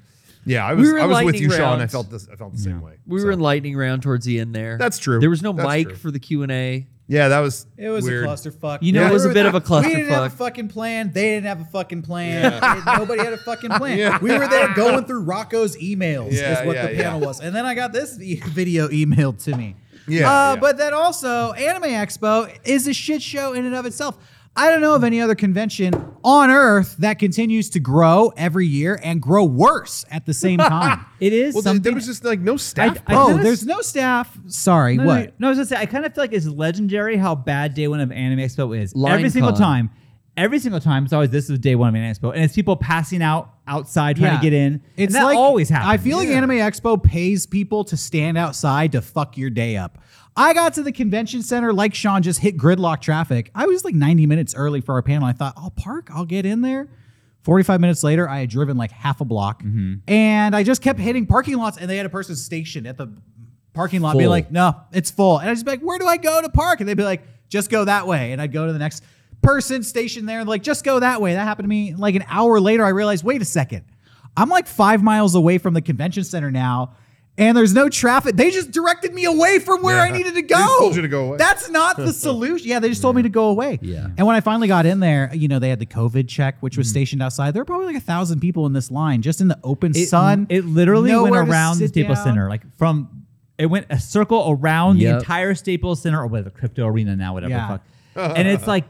yeah, I
We
was,
were
I was with
lightning
you, Sean. I
rounds.
felt this, I felt the same way.
We were in lightning round towards the end there.
That's true.
There was no
That's
mic
true.
for the Q and A.
Yeah, that was
It was
weird.
a clusterfuck.
You know,
it was
a bit of a
We didn't have a
clusterfuck.
fucking plan. They didn't have a fucking plan. Nobody had a fucking plan.
Yeah.
We were there going through Rocco's emails.
Yeah,
is what
yeah,
the
yeah.
panel was, and then I got this e- video emailed to me.
Yeah,
Uh,
yeah.
But then also, Anime Expo is a shit show in and of itself. I don't know of any other convention on Earth that continues to grow every year and grow worse at the same time.
it is
Well, there,
something.
there was just like no staff.
I
oh,
noticed-
there's no staff. Sorry,
No, no,
what?
No, no, I was gonna say I kind of feel like it's legendary how bad day one of Anime Expo is.
Line
every single
con.
time, every single time, it's always this is day one of Anime Expo, and it's people passing out outside trying to
Yeah.
get in.
It's
and that
like
always happens.
I feel like Anime Expo pays people to stand outside to fuck your day up. I got to the convention center like Sean just hit gridlock traffic. I was like 90 minutes early for our panel. I thought, I'll park, I'll get in there. 45 minutes later, I had driven like half a block
Mm-hmm.
and I just kept hitting parking lots and they had a person stationed at the parking lot being
Full.
like, no, it's full. And I'd just be like, where do I go to park? And they'd be like, just go that way. And I'd go to the next person stationed there and like, just go that way. That happened to me like an hour later. I realized, wait a second. I'm like five miles away from the convention center now, and there's no traffic. They just directed me away from where I
Yeah.
needed to
They
go.
just told you to go away.
That's not the solution. Yeah, they just told me to go away.
Yeah.
And when I finally got in there, you know, they had the COVID check, which was stationed outside. There were probably like a thousand people in this line, just in the open
it,
sun.
It literally went
nowhere to
around the
sit
Staples
down.
Center, like from it went a circle around the
Yep.
entire Staples Center or whatever crypto arena now, whatever
Yeah.
the fuck. and it's like,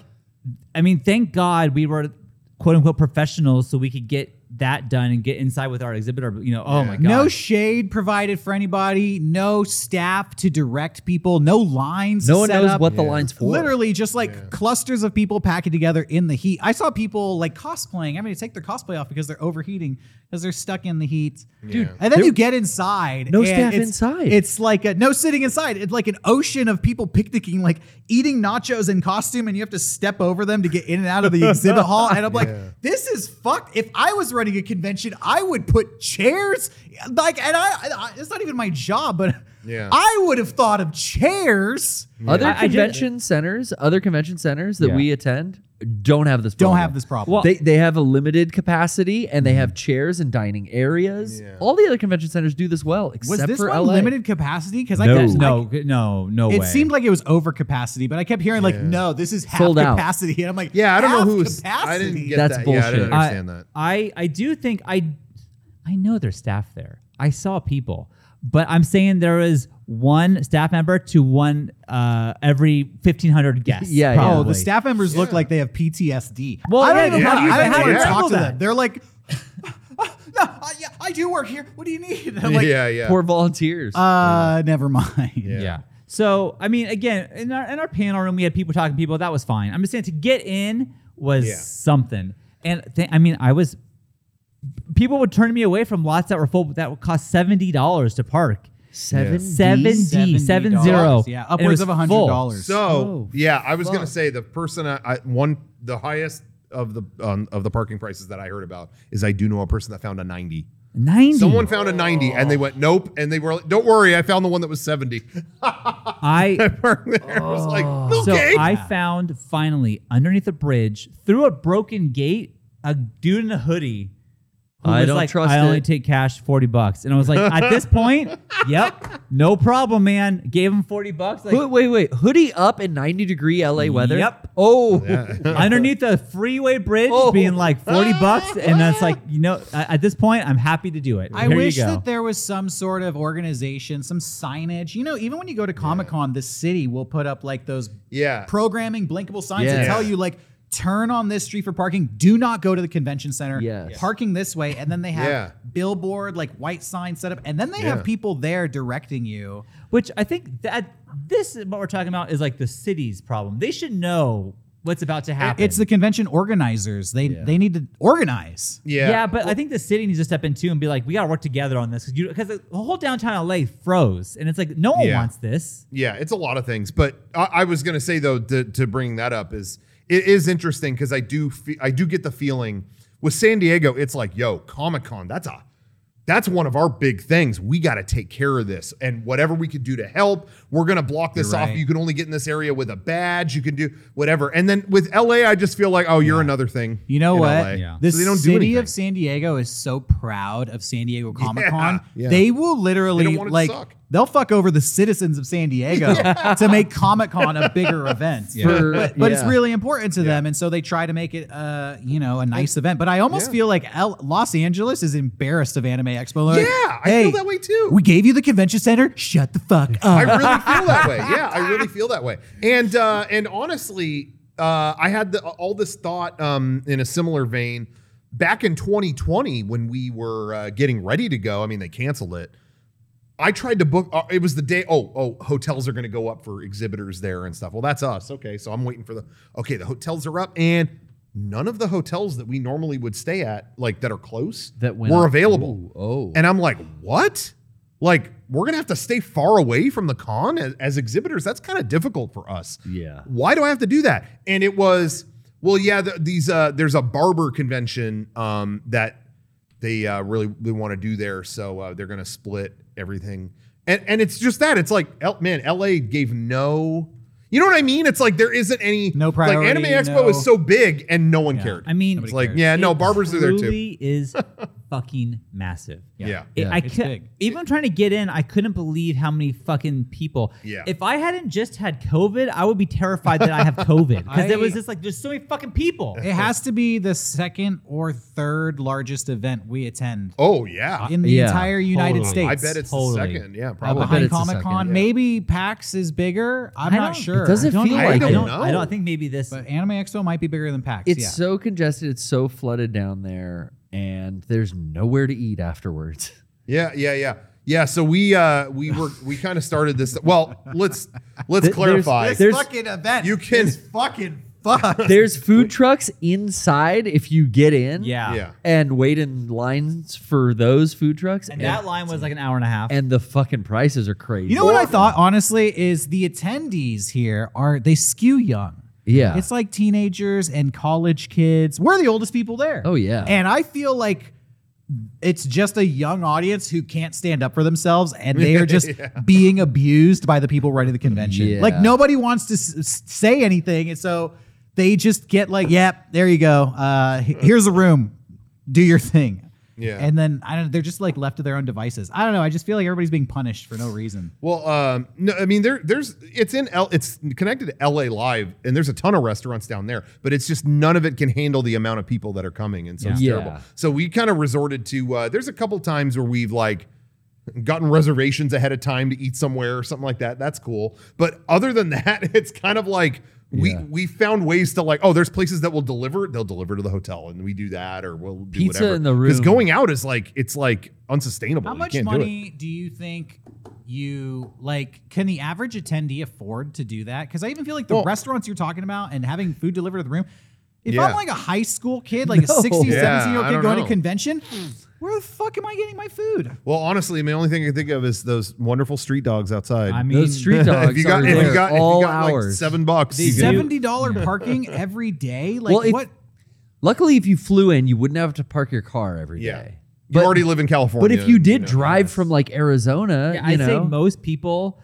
I mean, thank God we were quote unquote professionals, so we could get that done and get inside with our exhibit or you know, oh my god.
No shade provided for anybody. No staff to direct people. No lines.
No one
set
knows
up.
what the line's for.
Literally, just like clusters of people packing together in the heat. I saw people like cosplaying. I mean, take their cosplay off because they're overheating because they're stuck in the heat, dude. And then you get inside.
No
and
staff
it's-
inside.
It's like a, no sitting inside. It's like an ocean of people picnicking, like eating nachos in costume, and you have to step over them to get in and out of the exhibit hall. And I'm like, this is fucked. If I was running a convention, I would put chairs, like, and I, I it's not even my job, but
Yeah.
I would have thought of chairs.
Other
I- I did-
convention centers, other convention centers that
Yeah.
we attend don't have this
Don't
problem.
have this problem. Mm-hmm.
Well,
They, they have a limited capacity and they have chairs and dining areas.
Yeah.
All the other convention centers do this well, except
was this
for
one
LA.
limited capacity? Because I
no,
kept,
no, no, no
it
way.
seemed like it was over capacity, but I kept hearing like, no, this is half
Sold out.
capacity. And I'm like,
Yeah, I don't
half
know who's.
capacity.
I didn't get
That's
that. Yeah, I
bullshit.
didn't
I-
understand that.
I I do think I I know there's staff there. I saw people, but I'm saying there is one staff member to one uh every 1500 guests.
Yeah, yeah.
Oh,
probably.
the staff members look like they have PTSD.
Well,
I
yeah,
don't even,
how do you-
I don't
how do
even
you
talk
handle
to them.
that?
They're like, "Ah, no, I, yeah, I do work here. What do you need? I'm like,
yeah, yeah.
Poor volunteers.
uh, never mind.
Yeah. So I mean, again, in our in our panel room, we had people talking to people. That was fine. I'm just saying to get in was
Yeah.
something. And th- I mean, I was people would turn me away from lots that were full, but that would cost seventy dollars to park.
Seven.
Seventy, seven zero.
Yeah,
And it
upwards
was
of
full.
hundred dollars.
So
Oh,
yeah, I was gonna say the person I, I one the highest of the um, of the parking prices that I heard about is I do know a person that found a ninety.
Ninety.
Someone found a ninety and they went nope, and they were like, don't worry, I found the one that was seventy.
I
Parked there. I was like
Oh. So
okay.
I found finally underneath a bridge through a broken gate a dude in a hoodie. Who
I
was
don't
like,
trust
I only
it."
take cash, forty bucks, and I was like, at this point, yep, no problem, man. Gave him forty bucks, like
Hoo- wait, wait. Hoodie up in 90 degree LA weather?
Yep.
Oh,
underneath the freeway bridge,
Oh.
being like forty bucks, and that's like, you know, a- at this point, I'm happy to do it.
I
Here
wish
you go.
that there was some sort of organization, some signage. You know, even when you go to Comic Con, the city will put up like those
Yeah.
programming blinkable signs that
Yeah.
tell you like turn on this street for parking. Do not go to the convention center.
Yes.
Parking this way, and then they have
Yeah.
billboard like white sign set up, and then they
Yeah.
have people there directing you.
Which I think that this is what we're talking about is like the city's problem. They should know what's about to happen.
It's the convention organizers. They they need to organize.
yeah.
Yeah, but I think the city needs to step in too and be like, we got to work together on this because the whole downtown LA froze, and it's like no one
Yeah.
wants this.
Yeah, it's a lot of things, but I, I was gonna say though to, to bring that up is it is interesting because I do fe- I do get the feeling with San Diego, it's like yo Comic Con that's a that's one of our big things. We got to take care of this, and whatever we could do to help, we're gonna block this off. You can only get in this area with a badge. You can do whatever, and then with LA, I just feel like oh you're another thing.
You know
in LA.
what? The
So they don't do
city
anything.
of San Diego is so proud of San Diego Comic Con.
yeah.
They will
They
literally
don't want it to
like
suck.
they'll fuck over the citizens of San Diego to make Comic Con a bigger event.
For-
But, but it's
yeah.
really important to them, and so they try to make it, uh, you know, a nice event. But I almost feel like L- Los Angeles is embarrassed of Anime Expo. Like,
Yeah, I feel
"Hey,
that way too."
We gave you the convention center. Shut the fuck up.
I really feel that way. Yeah, I really feel that way. And uh, and honestly, uh, I had the, all this thought um, in a similar vein back in 2020 when we were uh, getting ready to go. I mean, they canceled it. I tried to book. Uh, it was the day. Oh, oh, hotels are going to go up for exhibitors there and stuff. Well, that's us. Okay, so I'm waiting for the. Okay, the hotels are up, and none of the hotels that we normally would stay at, like that are close,
That went
were
up.
available.
Ooh, oh.
and I'm like, what? Like we're gonna have to stay far away from the con as, as exhibitors. That's kind of difficult for us.
Yeah.
Why do I have to do that? And it was, well, yeah. th- these uh, there's a barber convention um, that they uh, really they want to do there, so uh, they're gonna split everything. And and it's just that it's like, L- man, LA gave no. You know what I mean? It's like there isn't any
No
Like
priority,
Anime Expo
no-
is so big and no one cared.
I mean,
it's like yeah, no, barbers are there too.
Truly is fucking massive.
Yeah.
It-
Yeah.
I
It's
cou-
big.
even trying to get in, I couldn't believe how many fucking people.
Yeah.
If I hadn't just had COVID, I would be terrified that I have COVID because
I-
there was just like there's so many fucking people.
It has to be the second or third largest event we attend
Oh yeah,
in the
Yeah,
entire United
totally.
States.
I bet it's
Totally.
the second. Yeah,
Uh,
probably.
bet
behind
it's the
Comic
second,
Con.
yeah.
Maybe PAX is bigger. I'm
I
not
don't-
sure.
It doesn't
I don't
feel
know.
like
I
it.
don't
I don't,
know.
I don't I think maybe this.
But Anime Expo might be bigger than PAX.
It's
yeah.
so congested. It's so flooded down there. and there's nowhere to eat afterwards.
Yeah, yeah, yeah. Yeah, so we uh we were we kind of started this well, let's let's
Th- there's-
clarify.
This
There's-
fucking event.
You can-
is fucking fuck.
There's food trucks inside if you get in.
Yeah.
yeah.
And wait in lines for those food trucks.
And that line was like an hour and a half.
and the fucking prices are crazy.
You know what I thought honestly is the attendees here are they skew young.
yeah.
It's like teenagers and college kids. We're the oldest people there.
oh yeah.
And I feel like it's just a young audience who can't stand up for themselves and they are just being abused by the people running the convention.
Yeah.
Like nobody wants to s- s- say anything. And so they just get like, yep, there you go. Uh, he- here's a room. Do your thing.
Yeah.
And then I don't they're just like left to their own devices. I don't know. I just feel like everybody's being punished for no reason.
Well, um, no, I mean there, there's it's in L, it's connected to LA Live, and there's a ton of restaurants down there, but it's just none of it can handle the amount of people that are coming, and so it's
Yeah.
terrible.
Yeah.
So we kind of resorted to uh, there's a couple times where we've like gotten reservations ahead of time to eat somewhere or something like that. That's cool, but other than that, it's kind of like. We,
Yeah.
we found ways to like oh there's places that will deliver they'll deliver to the hotel and we do that or we'll do
Pizza
whatever
in the
because
room.
going out is like it's like unsustainable
How
You
much
can't do it.
money do you think you like? Can the average attendee afford to do that? Because I even feel like the
Well-
restaurants you're talking about and having food delivered to the room. If
Yeah.
I'm like a high school kid, like a 60,
Yeah,
17 year old
I
kid
don't
going to
know.
convention, where the fuck am I getting my food?
Well, honestly, I mean, the only thing I can think of is those wonderful street dogs outside.
I mean,
Those street dogs
if you got,
are
if
there
you got, if you
all
got like
hours.
seven bucks, you can-
Seventy dollar parking every day. Like
Well, if-
what?
Luckily, if you flew in, you wouldn't have to park your car every day.
yeah, you
But-
already live in California.
But if you did
know.
drive from like Arizona,
Yeah,
you
I'd
know,
say most people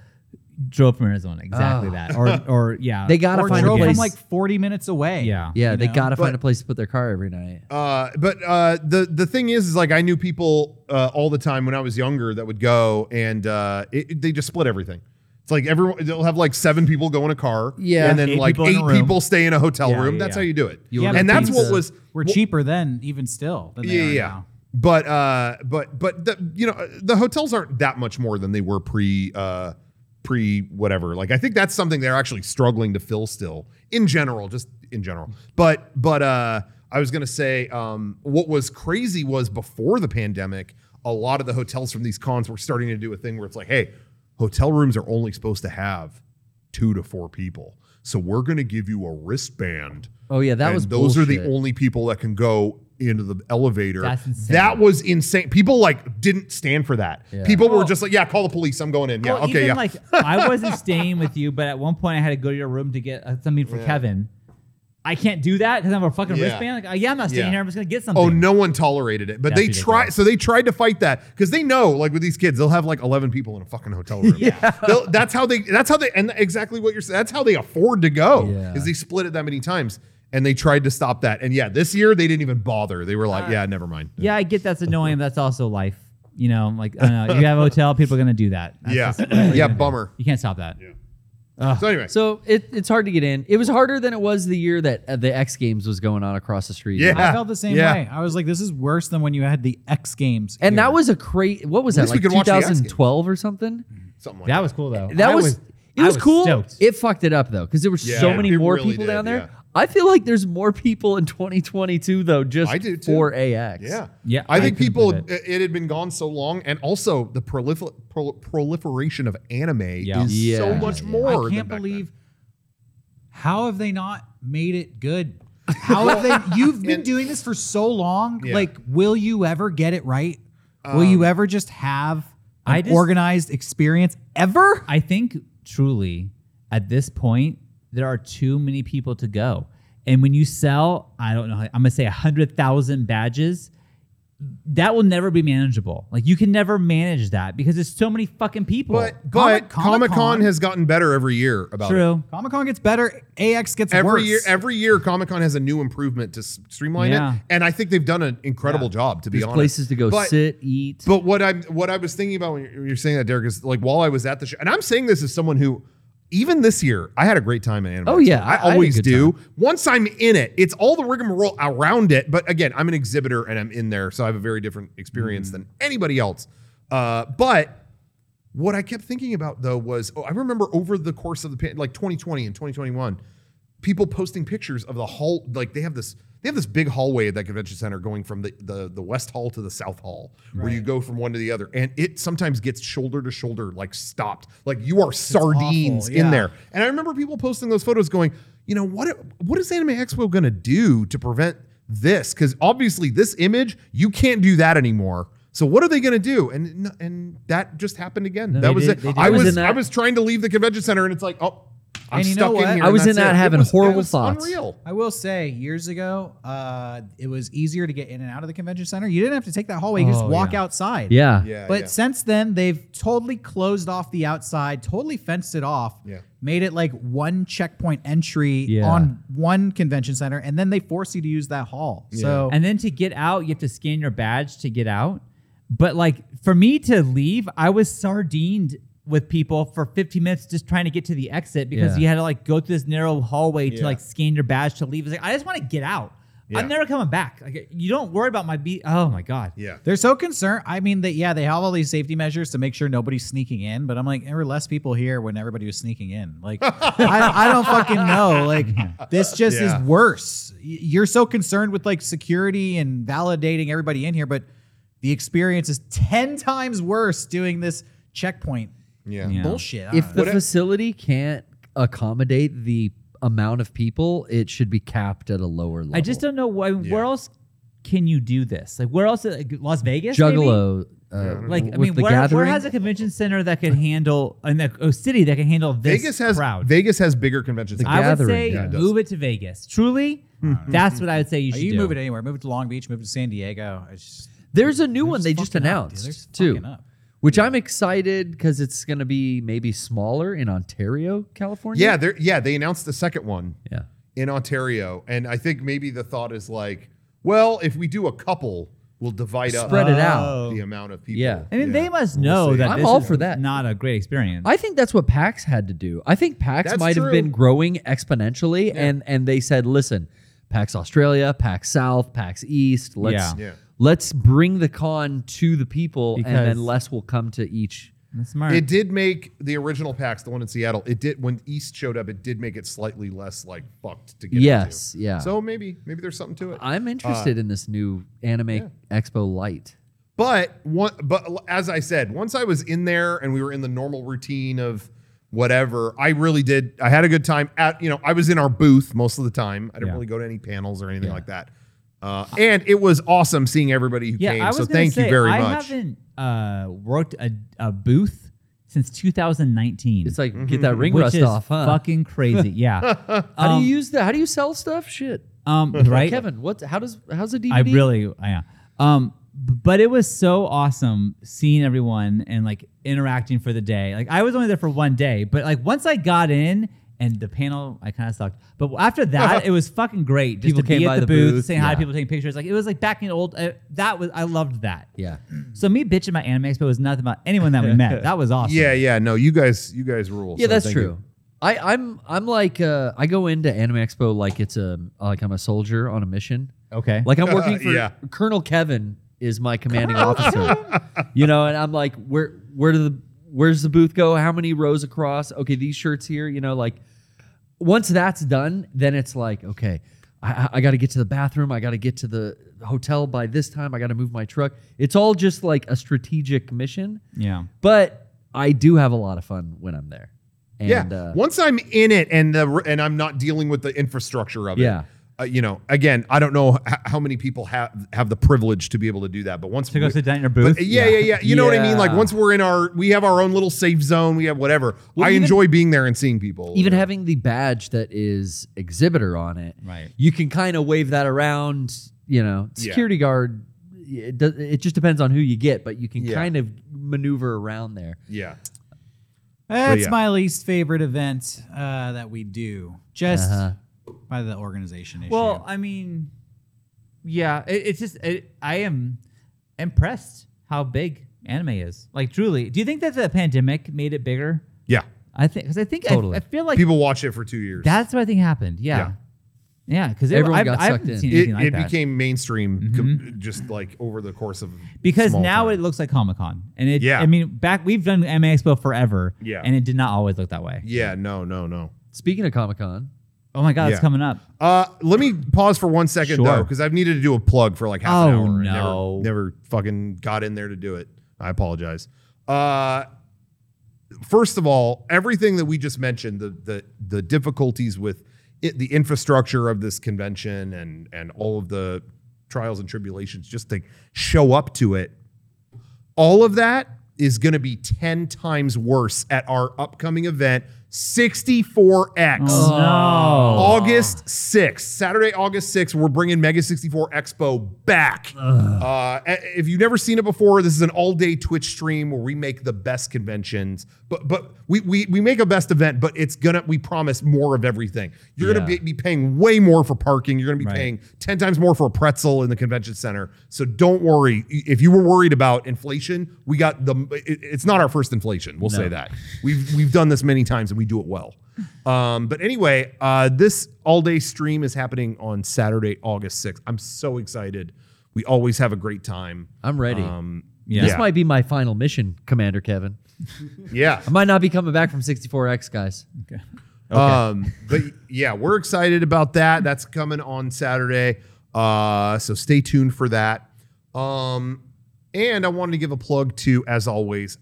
drove from Arizona. Exactly
Ah.
that. Or, or yeah.
they gotta
Or
find a
drove
place.
from like forty minutes away.
yeah.
yeah,
you
they
know.
gotta find
But-
a place to put their car every night.
Uh, but uh, the the thing is, is like I knew people uh, all the time when I was younger that would go and uh, it, it- they just split everything. It's like everyone they'll have like seven people go in a car,
Yeah.
and then
Eight
like
people in
eight
a room.
people stay in a hotel
Yeah,
room.
yeah,
That's
yeah.
how you do it.
You order
and that's what
pizza.
was
We're
wh-
cheaper then, even still. Than they
yeah,
are
yeah.
now.
But uh, but but the, you know the hotels aren't that much more than they were pre uh, pre whatever. Like I think that's something they're actually struggling to fill still in general, just in general. But but uh, I was gonna say um, what was crazy was before the pandemic, a lot of the hotels from these cons were starting to do a thing where it's like, hey, hotel rooms are only supposed to have two to four people. So we're gonna give you a wristband
Oh yeah, that
and
was
those are the
bullshit.
only people that can go into the elevator.
That's insane.
That was insane. People like didn't stand for that.
Yeah.
People were just like, "Yeah, call the police. I'm going in." Yeah,
Well,
okay,
even,
yeah.
Like I wasn't staying with you, but at one point I had to go to your room to get uh, something for Kevin. I can't do that because I have a fucking
Yeah.
wristband. Like, uh, yeah, I'm not staying
Yeah.
here. I'm just gonna get something.
oh, no one tolerated it, but
That's
they try.
ridiculous.
So they tried to fight that because they know, like with these kids, they'll have like 11 people in a fucking hotel room. yeah, They'll- that's how they. That's how they. And exactly what you're saying. That's how they afford to go.
Yeah.
Is they split it that many times. And they tried to stop that. And yeah, this year they didn't even bother. They were like, yeah, never mind.
Yeah, I get that's annoying, but that's also life. You know, I'm like I don't know, you have a hotel, people are gonna do that. That's
Yeah.
just what you're
Yeah,
gonna do.
bummer.
You can't stop that.
So anyway.
So it, it's hard to get in. It was harder than it was the year that uh, the X Games was going on across the street.
Yeah.
I felt the same
Yeah.
way. I was like, this is worse than when you had the X Games.
and
here.
that was a crazy. What was
At
that?
least we
Like
could watch the X Games.
2012 or something.
something like
That was cool though.
That
Mm-hmm. I
was, it
I
was, cool.
stoked.
It fucked it up though, because there were
Yeah,
so many
it
more
really
people
did,
down there.
yeah.
I feel like there's more people in 2022 though, just
I do, too.
for AX.
Yeah.
Yeah,
I,
I
think
couldn't
people,
believe
it. had been gone so long. And also, the prolif- pro- proliferation of anime
Yeah.
is so
Yeah,
much
yeah.
more.
I
than
can't
back
believe how have they not made it good? How have they? You've been
and-
doing this for so long.
Yeah.
Like, will you ever get it right? will
Um,
you ever just have an
I just-
organized experience ever?
I think truly at this point there are too many people to go, and when you sell, I don't know, I'm gonna say a hundred thousand badges. That will never be manageable. Like you can never manage that because there's so many fucking people.
But, but
Comic- Comic-Con-
Comic Con has gotten better every year about it.
True.
Comic Con gets better. AX gets
Every
worse.
year, every year, Comic Con has a new improvement to s- streamline
Yeah.
it, and I think they've done an incredible job. To be
There's
honest,
places to go
But-
sit, eat.
But what I'm what I was thinking about when you're, when you're saying that, Derek, is like while I was at the show, and I'm saying this as someone who, even this year, I had a great time at Anime.
Oh,
Expo.
yeah, I- I
I
had a
always
good
do. Once I'm in it, it's all the rigmarole around it. But again, I'm an exhibitor and I'm in there, so I have a very different experience
Mm-hmm.
than anybody else. Uh, but what I kept thinking about though was, oh, I remember over the course of the pan- like 2020 and 2021, people posting pictures of the hall. Like they have this, they have this big hallway at that convention center going from the the, the west hall to the south hall, where you go from one to the other, and it sometimes gets shoulder to shoulder, like stopped, like you are sardines in
yeah.
there. And I remember people posting those photos, going, you know what? What is Anime Expo going to do to prevent this? Because obviously, this image you can't do that anymore. So what are they going to do? And and that just happened again.
they
that was
did- they
it.
did.
I
It was
was,
in
I
that-
was trying to leave the convention center, and it's like, oh, I'm
And you
stuck
know what?
in here.
I
and
was in
that's
that
it. It
having
was- it
horrible
was
thoughts.
Unreal.
I will say, years ago, uh, it was easier to get in and out of the convention center. You didn't have to take that hallway; you could just
Oh,
walk
yeah.
outside.
Yeah.
Yeah,
but
yeah.
since then, they've totally closed off the outside, totally fenced it off.
Yeah.
Made it like one checkpoint entry
Yeah.
on one convention center, and then they force you to use that hall. So
And then to get out, you have to scan your badge to get out. But like for me to leave, I was sardined with people for 15 minutes just trying to get to the exit because
Yeah.
you had to like go through this narrow hallway to
Yeah.
like scan your badge to leave. It's like I just want to get out.
Yeah.
I'm never coming back. Like you don't worry about my beat. Oh my god.
Yeah.
they're so concerned. I mean, that yeah, they have all these safety measures to make sure nobody's sneaking in. But I'm like, there were less people here when everybody was sneaking in. Like, I, I don't fucking know. Like, this just
Yeah.
is worse. Y- You're so concerned with like security and validating everybody in here, but the experience is ten times worse doing this checkpoint
Yeah.
Yeah.
bullshit. I
If
don't
the
know.
facility can't accommodate the amount of people, it should be capped at a lower level.
I just don't know why, where else can you do this? Like where else? Like Las Vegas? maybe?
juggalo. Uh,
Like I
with
mean,
the
where,
gathering.
where has a convention center that could handle in a, a city that can handle this
Vegas has
crowd?
Vegas has bigger convention
The
centers.
I
gathering, Hmm.
would say
yeah, it
does.
move it to Vegas. Truly, that's what I would say you should
you
do.
move it anywhere, move it to Long Beach, move it to San Diego. It's just,
There's a new
They're
one they
just
just
fucking up, dude.
announced
They're just
too,
fucking up.
which I'm excited because it's going to be maybe smaller in Ontario, California.
Yeah, they're yeah, they announced the second one
yeah,
in Ontario. And I think maybe the thought is like, well, if we do a couple, we'll divide
spread it out.
up the amount of people.
Yeah.
I mean, they must
We'll
know
see.
that
I'm
this
all
is
for that.
Not a great experience.
I think that's what PAX had to do. I think PAX
That's
might
true.
have been growing exponentially, and and they said, listen, PAX Australia, PAX South, PAX East. Let's
Yeah. Yeah.
let's bring the con to the people, and
Because-
then less will come to each.
That's smart.
It did make the original PAX, the one in Seattle. It did when East showed up. It did make it slightly less like fucked to get. into.
Yes, yeah.
So maybe maybe there's something to it.
I'm
Uh,
interested in this new anime expo light.
But one, but as I said, once I was in there and we were in the normal routine of whatever, I really did. I had a good time at you know I was in our booth most of the time. I didn't
Yeah.
really go to any panels or anything like that. Uh, and it was awesome seeing everybody who
yeah, I
came.
was
So
gonna
thank
say,
you very
I
much.
haven't uh, worked a, a booth since 2019.
It's like get that ring
which
rust
is
off, huh?
fucking crazy. Yeah.
How
Um,
do you use that? How do you sell stuff? Shit,
um, right.
Kevin. What? How does? How's a DVD?
I really, yeah. Um, b- but it was so awesome seeing everyone and like interacting for the day. Like I was only there for one day, but like once I got in and the panel, I kind of sucked. But after that, it was fucking great. Just
People
to
came
be at
by
the,
the
booth,
booth,
saying hi
yeah.
to people, taking pictures. Like it was like back in old. Uh, that was I loved that.
Yeah.
So me bitching about Anime Expo was nothing about anyone that we met. That was awesome.
Yeah, yeah. No, you guys, you guys rule.
Yeah,
so
that's
thank
true.
you.
I, I'm I'm like uh, I go into Anime Expo like it's a like I'm a soldier on a mission.
Okay.
Like I'm working for
Yeah.
Colonel Kevin is my commanding officer. You know, and I'm like, where where do the where's the booth go? How many rows across? Okay, these shirts here. You know, like once that's done, then it's like, okay, I, I- I got to get to the bathroom. I got to get to the hotel by this time. I got to move my truck. It's all just like a strategic mission.
yeah.
But I do have a lot of fun when I'm there. And,
Yeah.
Uh,
Once I'm in it and the and I'm not dealing with the infrastructure of it.
Yeah.
Uh, you know, again, I don't know h- how many people have have the privilege to be able to do that, but once
To go
we-
sit down in your booth.
But yeah, yeah, yeah. You know what I mean? Like
Yeah.
once we're in our, we have our own little safe zone. We have whatever.
Well,
I
even-
enjoy being there and seeing people. Uh,
even having the badge that is exhibitor on it,
Right.
You can kind of wave that around. You know,
Yeah.
security guard. It, does, it just depends on who you get, but you can
Yeah.
kind of maneuver around there.
yeah,
That's
yeah.
my least favorite event uh, that we do, just
Uh-huh. Uh,
by the organization issue.
Well, I mean, yeah, it, it's just it, I am impressed how big anime is. Like, truly, do you think that the pandemic made it bigger?
yeah.
I think because I think I-
Totally.
I, feel like
People watch it for two years.
that's what I think happened. Yeah, yeah, because
Everyone
I've,
got
I
sucked
haven't
in.
seen
it,
anything like
it
that.
became mainstream com-
Mm-hmm.
just like over the course of
because
small
now
time.
it looks like Comic Con, and it.
Yeah.
I mean, back we've done anime Expo forever.
Yeah.
and it did not always look that way.
yeah no no no
Speaking of Comic Con,
Oh my God,
Yeah.
it's coming up.
Uh, let me pause for one second
Sure.
though, because I've needed to do a plug for like half an
Oh,
hour. and
no.
Never, never fucking got in there to do it. I apologize. Uh, first of all, everything that we just mentioned, the the the difficulties with it, the infrastructure of this convention and and all of the trials and tribulations just to show up to it all of that is going to be 10 times worse at our upcoming event 64x
Oh, no.
August 6th, Saturday, August 6th, we're bringing Mega 64 Expo back. Uh, a- if you've never seen it before, this is an all day Twitch stream where we make the best conventions, but but we we, we make a best event, but it's gonna we promise more of everything. You're gonna be,
Yeah.
be paying way more for parking. You're gonna be
Right.
paying ten times more for a pretzel in the convention center. So don't worry. If you were worried about inflation, we got the. it- it's not our first inflation. We'll say that we've we've done this many times and we do it well. Um, but anyway, uh, this all day stream is happening on Saturday, August sixth. I'm so excited. We always have a great time.
I'm ready.
Um,
This
yeah.
might be my final mission, Commander Kevin.
yeah.
I might not be coming back from 64X, guys.
Um, but yeah, we're excited about that. That's coming on Saturday. Uh, so stay tuned for that. Um, and I wanted to give a plug to, as always,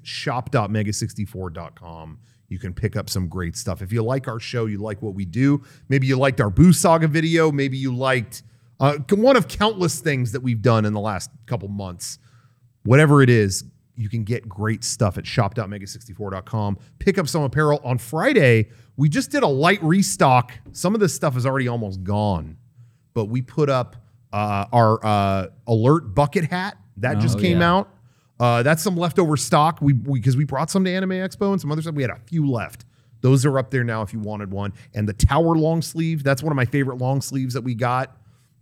shop.mega64.com. You can pick up some great stuff. If you like our show, you like what we do. Maybe you liked our Boo Saga video. Maybe you liked uh, one of countless things that we've done in the last couple months whatever it is, you can get great stuff at shop.mega64.com. Pick up some apparel on Friday. We just did a light restock. Some of this stuff is already almost gone, but we put up uh, our uh, alert bucket hat that just came out. Uh, that's some leftover stock. We because we, brought some to Anime Expo and some other stuff. We had a few left. Those are up there now if you wanted one. And the tower long sleeve. That's one of my favorite long sleeves that we got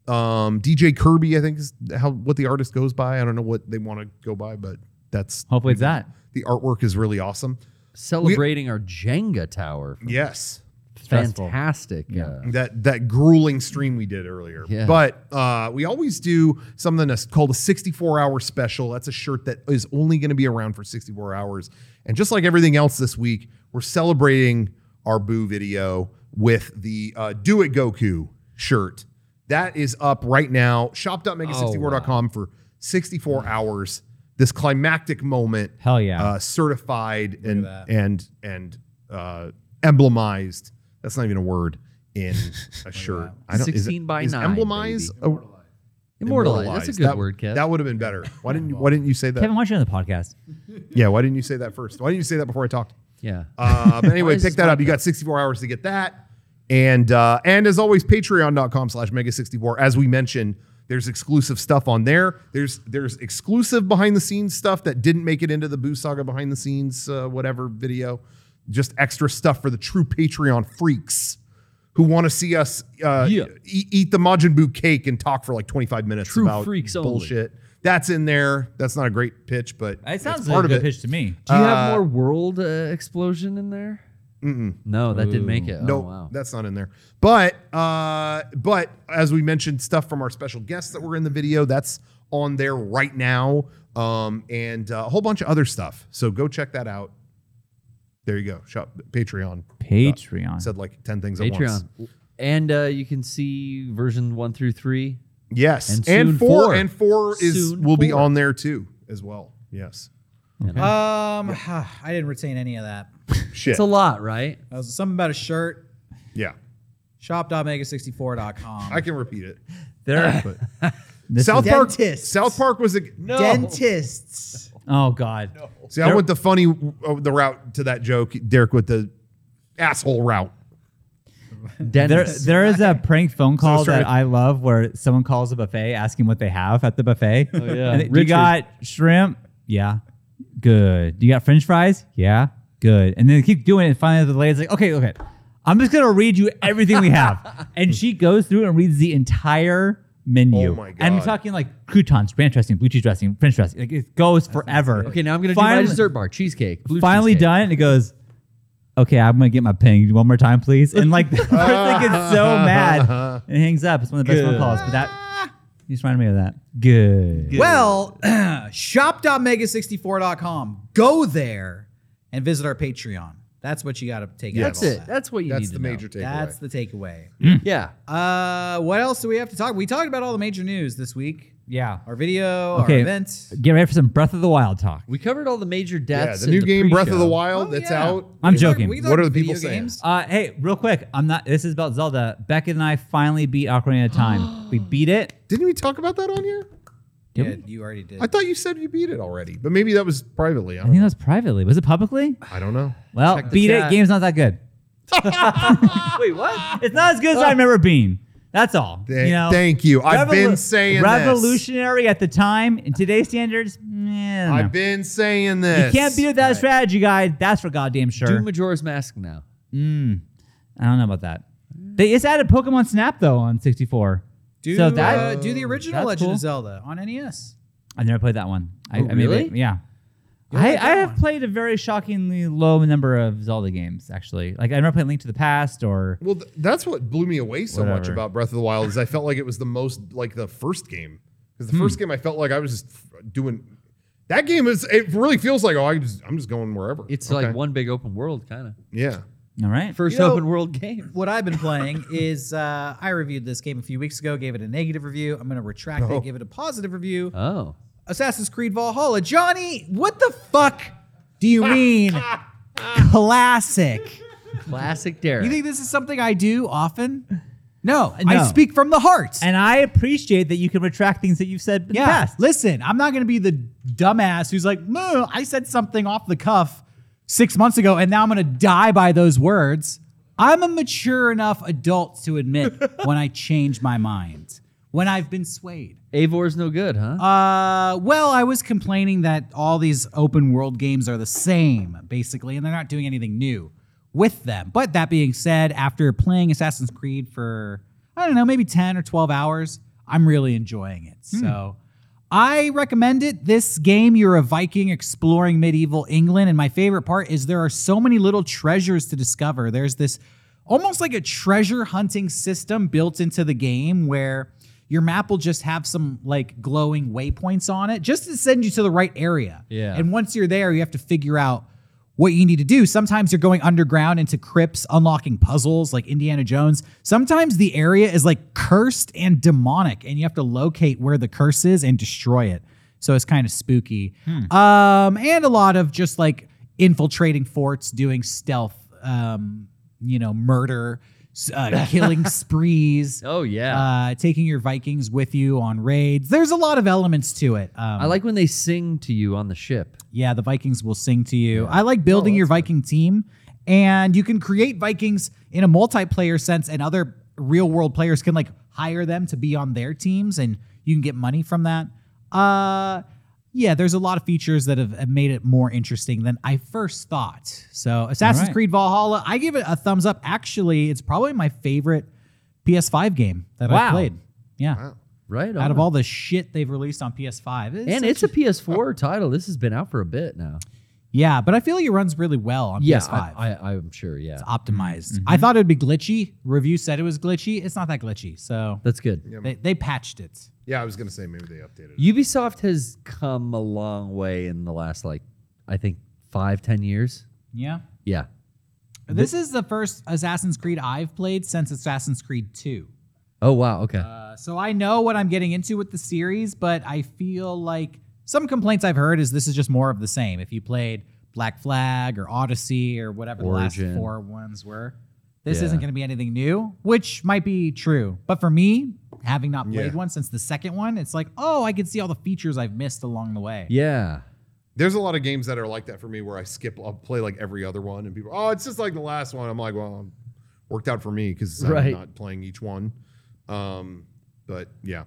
um DJ Kirby, I think is how what the artist goes by. I don't know what they want to go by, but that's
Hopefully it's that.
the artwork is really awesome.
Celebrating our Jenga tower.
Yes.
Stressful.
Fantastic. uh,
That that grueling stream we did earlier.
Yeah.
But uh we always do something that's called a 64 hour special. That's a shirt that is only going to be around for 64 hours. And just like everything else this week, we're celebrating our boo video with the uh Do It Goku shirt. That is up right now. Shop.mega64.com for 64 hours. This climactic moment
Hell yeah.
uh, certified and and and uh, emblemized. That's not even a word in a shirt. I don't, is it-
16 by
is
nine,
Emblemize
baby.
a-
Immortalized. That's a good
That-
word, Kev.
That would have been better. Why didn't you, Why didn't you say that?
Kevin, why don't you on the podcast?
Yeah. Why didn't you say that first? Why didn't you say that before I talked?
yeah.
Uh, but anyway,
is
pick
this
that up. You got 64 hours to get that. And uh, and as always, patreon.com slash mega64. As we mentioned, there's exclusive stuff on there. There's there's exclusive behind the scenes stuff that didn't make it into the Boo Saga behind the scenes uh, whatever video. Just extra stuff for the true Patreon freaks who want to see us uh,
Yeah.
eat, eat the Majin Buu cake and talk for like 25 minutes
True
about
freaks only.
bullshit. That's in there. That's not a great pitch, but
It sounds
it's
like
part
a
of
good
it.
pitch to me.
Do you have
uh,
more world uh, explosion in there?
Mm-mm.
No, that didn't make it. Oh,
no,
wow.
that's not in there. But uh, but as we mentioned, stuff from our special guests that were in the video that's on there right now, um, and uh, a whole bunch of other stuff. So go check that out. There you go. Shop Patreon
Patreon.
said like ten things at once.
Patreon. And uh, you can see version one through three.
Yes, and,
And soon
four,
four.
and four is
Soon
will be
four.
on there too as well. Yes,
Um, I didn't retain any of that.
shit.
It's a lot, right?
That was something about a shirt.
yeah,
Shop.mega64.com.
I can repeat it.
There.
But
This
South Park.
Dentists.
South Park was a no.
Dentists.
Oh God.
See, I went the funny uh, the route to that joke. Derek with the asshole route.
There,
Dennis.
there is a prank phone call
sorry.
that I love where someone calls a buffet asking what they have at the buffet. Oh,
yeah.
you
Richard.
got shrimp? Yeah. Good. You got french fries? Yeah. Good. And then they keep doing it. And finally, the lady's like, okay, okay. I'm just going to read you everything we have. and she goes through and reads the entire menu.
Oh, my
And I'm
God.
talking like croutons, ranch dressing, blue cheese dressing, french dressing. Like it goes forever.
okay, now I'm going to do my
Finally-
dessert bar cheesecake. blue
finally
cheesecake.
done, and it goes, "Okay, I'm gonna get my ping one more time, please." And like the person gets so mad and hangs up. It's one of the best phone calls. But that you just reminded me of that. Good.
Well, shop.mega64.com. Go there and visit our Patreon. That's what you got to take out.
That's
of all
it.
that.
That's what you
That's
need
the
to know.
major takeaway.
That's the takeaway.
Yeah.
Uh, what else do we have to talk? We talked about all the major news this week.
Yeah.
Our video, our
Okay.
event.
Get ready for some Breath of the Wild talk.
We covered all the major
yeah,
deaths.
the
in
new game Breath of the
pre-show.
Wild
Oh,
that's
yeah.
out.
I'm
We can talk-
joking.
we can talk
What are the
video
people saying?
games.
Uh, hey, real quick. I'm not. This is about Zelda. Becca and I finally beat Ocarina of Time. we beat it.
Didn't we talk about that on here?
Did
Yeah,
we?
you already did.
I thought you said you beat it already, but maybe that was privately. I
I
don't
think
know.
that was privately. Was it publicly?
I don't know.
Well,
Check the
beat
chat.
it. Game's not that good.
Wait, what?
It's not as good as I remember being. That's all.
Th-
you know,
thank you. I've
Revolu-
been saying
revolutionary at the time. In today's standards, eh, I
This.
don't know.
I've been saying this.
you can't beat it without a strategy guide. That's for goddamn sure.
Do Majora's Mask now.
Mm. I don't know about that. They just added Pokemon Snap though on 64.
do,
so that-
uh, do the original
That's
Legend
cool.
of Zelda on E NES.
I've never played that one. I,
Oh,
I mean,
really?
yeah.
like
I, I
that
have
one.
played a very shockingly low number of Zelda games, actually. Like I remember playing Link to the Past or
Well, th- that's what blew me away so much
Whatever.
about Breath of the Wild is I felt like it was the most like the first game because the
Hmm.
first game I felt like I was just f- doing. That game is. It really feels like oh, I just, I'm just going wherever.
It's
Okay.
like one big open world kind of.
Yeah.
all right.
First
You know-
open world game.
What I've been playing is uh, I reviewed this game a few weeks ago, gave it a negative review. I'm going to retract
Oh.
it, give it a positive review.
Oh.
Assassin's Creed Valhalla. Johnny, what the fuck do you mean classic?
Classic Derek.
You think this is something I do often? No,
No.
I speak from the heart.
and I appreciate that you can retract things that you've said in
yeah,
the past.
listen, I'm not going to be the dumbass who's like, no, I said something off the cuff six months ago, and now I'm going to die by those words. I'm a mature enough adult to admit when I change my mind, when I've been swayed.
Avor's no good, huh?
Uh, well, I was complaining that all these open world games are the same, basically, and they're not doing anything new with them. But that being said, after playing Assassin's Creed for, I don't know, maybe 10 or 12 hours, I'm really enjoying it. So I recommend it. This game, you're a Viking exploring medieval England. And my favorite part is there are so many little treasures to discover. There's this almost like a treasure hunting system built into the game where your map will just have some like glowing waypoints on it just to send you to the right area.
Yeah.
And once you're there, you have to figure out what you need to do. Sometimes you're going underground into crypts, unlocking puzzles like Indiana Jones. Sometimes the area is like cursed and demonic, and you have to locate where the curse is and destroy it. So it's kind of spooky.
Hmm.
Um, and a lot of just like infiltrating forts, doing stealth, um, you know, murder, s- uh, killing sprees.
oh yeah.
Uh, taking your Vikings with you on raids. There's a lot of elements to it. Um,
I like when they sing to you on the ship.
yeah, the Vikings will sing to you. I
Oh,
like building your Viking team, and you can create Vikings in a multiplayer sense, and other real world players can like hire them to be on their teams, and you can get money from that. Uh, yeah, there's a lot of features that have, have made it more interesting than I first thought. So, Assassin's
right.
Creed Valhalla, I give it a thumbs up. Actually, it's probably my favorite PS5 game that I've
Wow.
played. Yeah.
Right.
Out of
on.
all the shit they've released on PS5.
and
such
it's a PS4 title. This has been out for a bit now.
Yeah, but I feel like it runs really well on
Yeah,
PS5.
I, I, I'm sure. Yeah,
it's optimized. I thought it'd be glitchy. Review said it was glitchy. It's not that glitchy. So
that's good.
they, they patched it.
Yeah, I was gonna say maybe they updated it.
Ubisoft has come a long way in the last like, I think five, ten years.
Yeah.
Yeah.
This is the first Assassin's Creed I've played since Assassin's Creed 2.
Oh wow. Okay.
Uh, so I know what I'm getting into with the series, but I feel like some complaints I've heard is this is just more of the same. If you played Black Flag or Odyssey or whatever the
Origin.
last four ones were, this
Yeah.
isn't going to be anything new, which might be true. But for me, having not played
Yeah.
one since the second one, it's like, oh, I can see all the features I've missed along the way.
yeah.
There's a lot of games that are like that for me where I skip. I'll play like every other one, and people, oh, it's just like the last one. I'm like, well, um, worked out for me because
Right.
I'm not playing each one. Um, but yeah,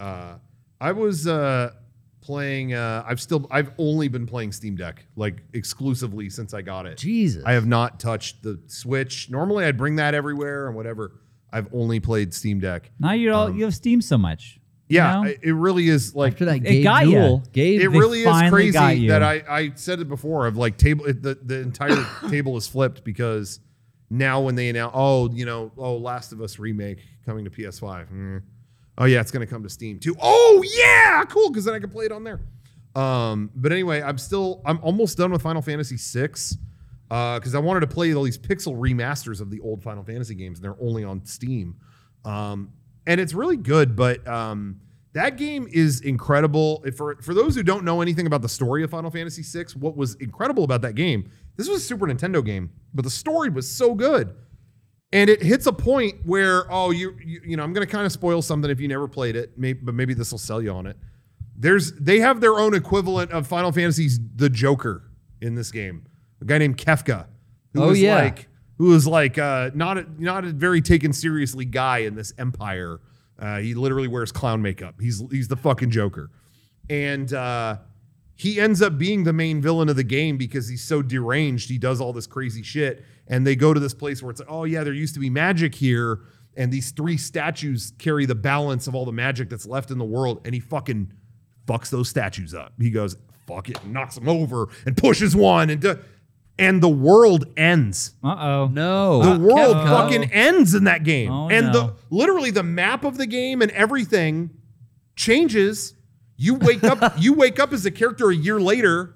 uh, I was uh, playing. Uh, I've still. I've only been playing Steam Deck like exclusively since I got it.
Jesus.
I have not touched the Switch. Normally, I'd bring that everywhere and whatever. I've only played Steam Deck.
Now you're all you have Steam so much.
Um, Yeah,
know?
I- it really is like
After that,
it
Gabe
got ya.
Newell. Gabe.
it
they
really is
finally got
crazy
you.
that I, I said it before of like table it- the, the entire table is flipped because now when they announce oh you know oh Last of Us remake coming to PS5 Hmm. oh yeah it's gonna come to Steam too oh yeah cool because then I can play it on there um but anyway I'm still I'm almost done with Final Fantasy VI because I wanted to play all these pixel remasters of the old Final Fantasy games, and they're only on Steam. Um, and it's really good, but um, that game is incredible. If- For for those who don't know anything about the story of Final Fantasy VI, what was incredible about that game? This was a Super Nintendo game, but the story was so good and it hits a point where oh you you, you know i'm going to kind of spoil something if you never played it maybe, but maybe this will sell you on it there's they have their own equivalent of final fantasy's the joker in this game a guy named kefka who
Oh,
was
yeah.
like who was like uh, not a, not a very taken seriously guy in this empire uh, he literally wears clown makeup he's he's the fucking joker and uh, he ends up being the main villain of the game because he's so deranged. He does all this crazy shit, and they go to this place where it's like, oh yeah, there used to be magic here, and these three statues carry the balance of all the magic that's left in the world, and he fucking fucks those statues up. He goes, fuck it, and knocks them over, and pushes one, and do- and the world ends.
Uh oh.
No.
The world
Capcom.
fucking ends in that game.
Oh,
and the
no.
literally the map of the game and everything changes. You wake up you wake up as a character a year later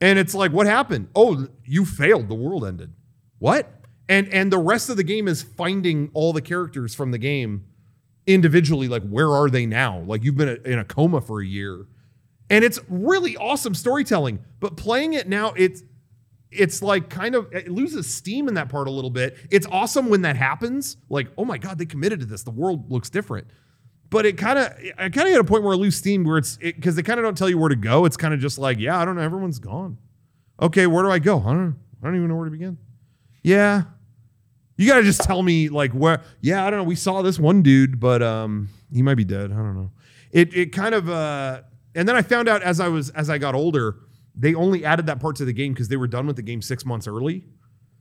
and it's like what happened? Oh, you failed. The world ended. What? And and the rest of the game is finding all the characters from the game individually like where are they now? Like you've been in a coma for a year. And it's really awesome storytelling, but playing it now it's it's like kind of it loses steam in that part a little bit. It's awesome when that happens. Like, oh my god, they committed to this. The world looks different. But it kind of I kind of hit a point where I lose steam where it's because they kind of don't tell you where to go. It's kind of just like, yeah, I don't know. Everyone's gone. Okay, where do I go? I don't. I don't even know where to begin. Yeah, you gotta just tell me like where. Yeah, I don't know. We saw this one dude, but um, he might be dead. I don't know. It it kind of uh, and then I found out as I was as I got older, they only added that part to the game because they were done with the game six months early.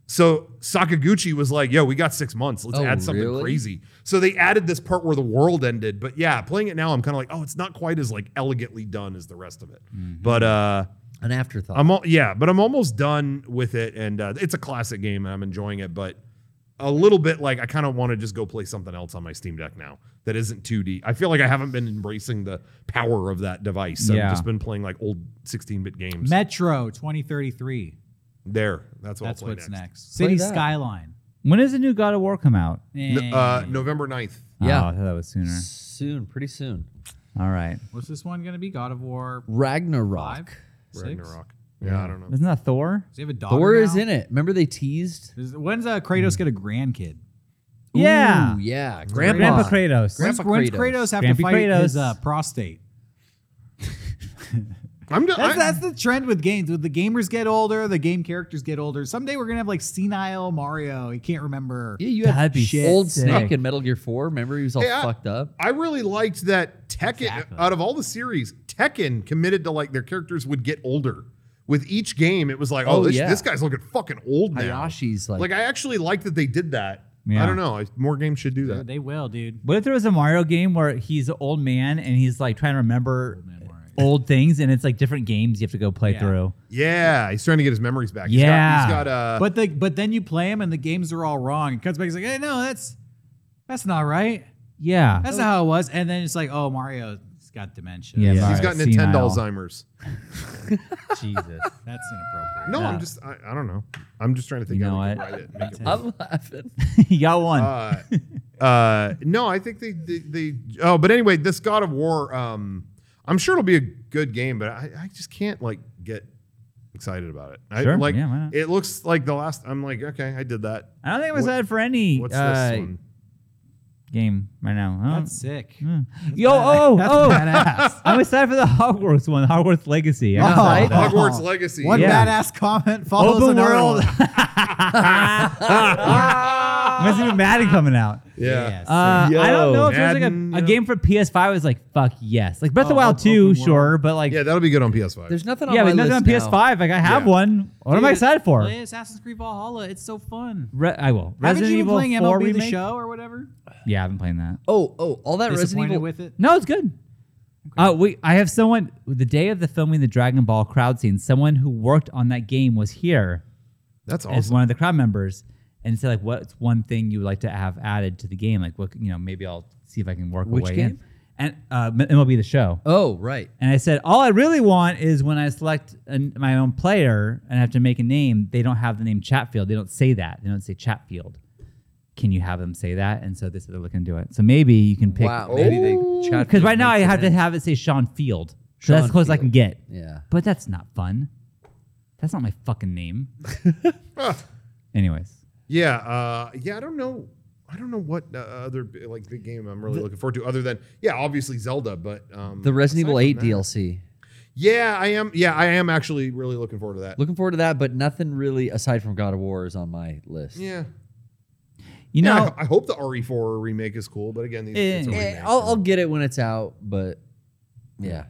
So Sakaguchi was like, "Yo, we got six months. Let's
Oh,
add something
really?
crazy." So they added this part where the world ended. But yeah, playing it now, I'm kind of like, "Oh, it's not quite as like elegantly done as the rest of it."
Mm-hmm.
But uh,
An afterthought.
I'm al- yeah, but I'm almost done with it, and uh, it's a classic game, and I'm enjoying it. But a little bit like I kind of want to just go play something else on my Steam Deck now that isn't 2D. I feel like I haven't been embracing the power of that device.
Yeah.
I've just been playing like old 16-bit games.
Metro 2033.
there, that's what
That's
I'll play
what's
next.
next. City
that.
Skyline.
When does the new God of War come out?
N- uh, November 9th.
Yeah.
Oh, I thought that was sooner.
soon, pretty soon.
All right.
What's this one going to be? God of War
Ragnarok.
5? 6? Does
Ragnarok. Yeah, I don't know.
Isn't that Thor?
he have a daughter?
Thor is
now?
in it. Remember they teased?
Is- When's uh, Kratos
Hmm.
get a grandkid?
Yeah.
Ooh, yeah. Grandpa.
Grandpa Kratos.
Grandpa
when's,
Kratos.
when's Kratos have
Grandpa
to fight his
Kratos.
uh, prostate?
I'm just,
That's, that's the trend with games. With the gamers get older, the game characters get older. Someday we're gonna have like senile Mario. He can't remember.
Yeah, you had
That'd be
old
sick.
Snake in Metal Gear 4. Remember he was all
Hey, I-
fucked up?
I really liked that Tekken
Exactly.
out of all the series, Tekken committed to like their characters would get older. With each game, it was like, oh,
Oh,
this,
yeah.
this guy's looking fucking old now.
Hayashi's like,
Like, I actually like that they did that. I
Yeah.
don't know. I, more games should do that.
They will, dude.
What if there was a Mario game where he's an old man and he's like trying to remember
man Mario.
old things and it's like different games you have to go play
Yeah.
through?
Yeah, he's trying to get his memories back. He's
Yeah.
got, he's got uh,
But the but then you play him and the games are all wrong. It cuts back. He's like, hey, no, that's that's not right.
Yeah.
That's not how it was. And then it's like, oh, Mario, he's got dementia.
Yeah,
he's
Mario.
got Nintendo
senile.
Alzheimer's.
Jesus.
that's inappropriate.
No,
Yeah.
I'm just, I, I don't know. I'm just trying to think.
You
how
know
we can
what?
write it and make it work.
I'm laughing.
you got one.
uh, uh, no, I think they, they they oh, but anyway, this God of War, um, I'm sure it'll be a good game, but I, I just can't like get excited about it. I
Sure,
like
yeah, why not?
it looks like the last. I'm like, okay, I did that.
I don't think I'm
what-
excited for any
What's
uh,
this one?
game right now. I don't-
That's sick.
Mm. Yo, oh,
That's
oh.
badass.
I'm excited for the Hogwarts one, Hogwarts Legacy.
Oh,
I
right.
Hogwarts Legacy.
One
Yeah.
badass comment follows
Open
another
world.
one.
Must have been Madden coming out.
Yeah.
Yes.
Uh, I don't know if there's like
Madden,
a, a
yeah.
game for PS5. I was like, fuck yes. Like Breath of the
Oh,
Wild
open
2,
world.
sure, but like,
Yeah,
yeah,
that'll be good on PS5.
There's nothing on my
but nothing on
list now.
PS5. Like I have
Yeah.
one. What am I
Dude,
excited for?
Play Assassin's Creed Valhalla. It's so fun.
Re- I will.
Haven't
Resident
you been
Evil
playing
4
MLB
remake?
the Show or whatever?
Yeah, I've been playing that.
Oh, oh, all that Resident
Disappointed
Evil.
with it?
No, it's good. Uh, we I have someone the day of the filming the Dragon Ball crowd scene. Someone who worked on that game was here
That's
as
awesome.
one of the crowd members and said like, "What's one thing you would like to have added to the game? Like, what you know, maybe I'll see if I can work
Which
away
game?
in." and uh, MLB the Show.
Oh, right.
And I said, all I really want is when I select an, my own player and I have to make a name, they don't have the name Chatfield. They don't say that. They don't say Chatfield. Can you have them say that? And so this they're looking to do it. So maybe you can pick.
wow. Oh. Maybe they chat.
Because right now I have to have it say Sean Field. So that's
Sean
as close as I
Field.
can get.
Yeah.
But that's not fun. That's not my fucking name. Anyways.
Yeah, uh, yeah. I don't know. I don't know what uh, other bi- like big game I'm really looking forward to, other than yeah, obviously Zelda. But um,
The Resident
aside
Evil
from
8
that-
DLC.
Yeah, I am. Yeah, I am actually really looking forward to that.
Looking forward to that, but nothing really aside from God of War is on my list.
yeah,
You
yeah.
know,
I ho- I, hope the RE4 remake is cool, but again, these, it's a
Eh,
Eh,
remake,
I'll,
so-
I'll get it when it's out, but yeah.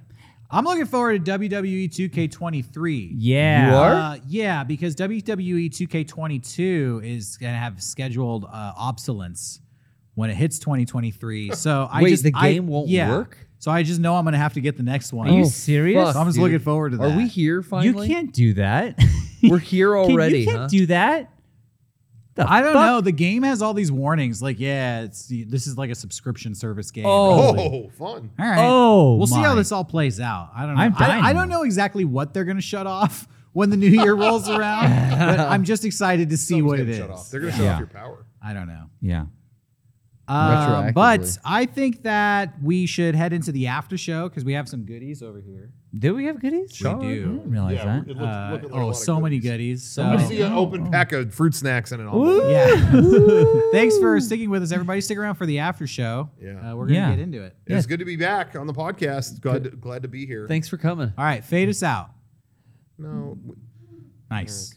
I'm looking forward to E WWE 2K23.
yeah.
You are?
Uh, yeah, because E WWE 2K22 is gonna have scheduled uh, obsolescence when it hits 2023. So I
Wait,
just
the
I-
game won't
yeah.
work?
So I just know I'm gonna have to get the next one.
Are you
Oh,
serious?
fuck,
I'm just
dude.
looking forward to that.
Are we here finally?
You can't do that.
We're here
Can-
already.
you can't
huh?
do that. The
I don't
fuck?
know. The game has all these warnings. Like, yeah, it's this is like a subscription service game.
Oh.
Oh, fun!
all right.
Oh,
we'll see how
my.
this all plays out. I don't know.
I'm dying
I, I don't
now.
know exactly what they're gonna shut off when the new year rolls around. But I'm just excited to see what
Someone's
it
getting
is.
shut off. They're gonna shut
Yeah.
off your power.
I don't know.
Yeah.
Um, but
Retroactively.
I think that we should head into the after show because we have some goodies over here.
Do we have goodies?
Sure. do.
I
Mm-hmm.
didn't realize
Yeah,
that.
it looks,
Uh,
looking like a
oh,
lot of
so many Oh. goodies.
I
So
see an open pack of fruit snacks and an envelope.
yeah. Thanks for sticking with us, everybody. Stick around for the after show.
Yeah.
Uh, we're gonna
Yeah.
get into it.
It's good to be back on the podcast. Glad to, glad to be here.
Thanks for coming.
All right, fade us out.
no,
Nice.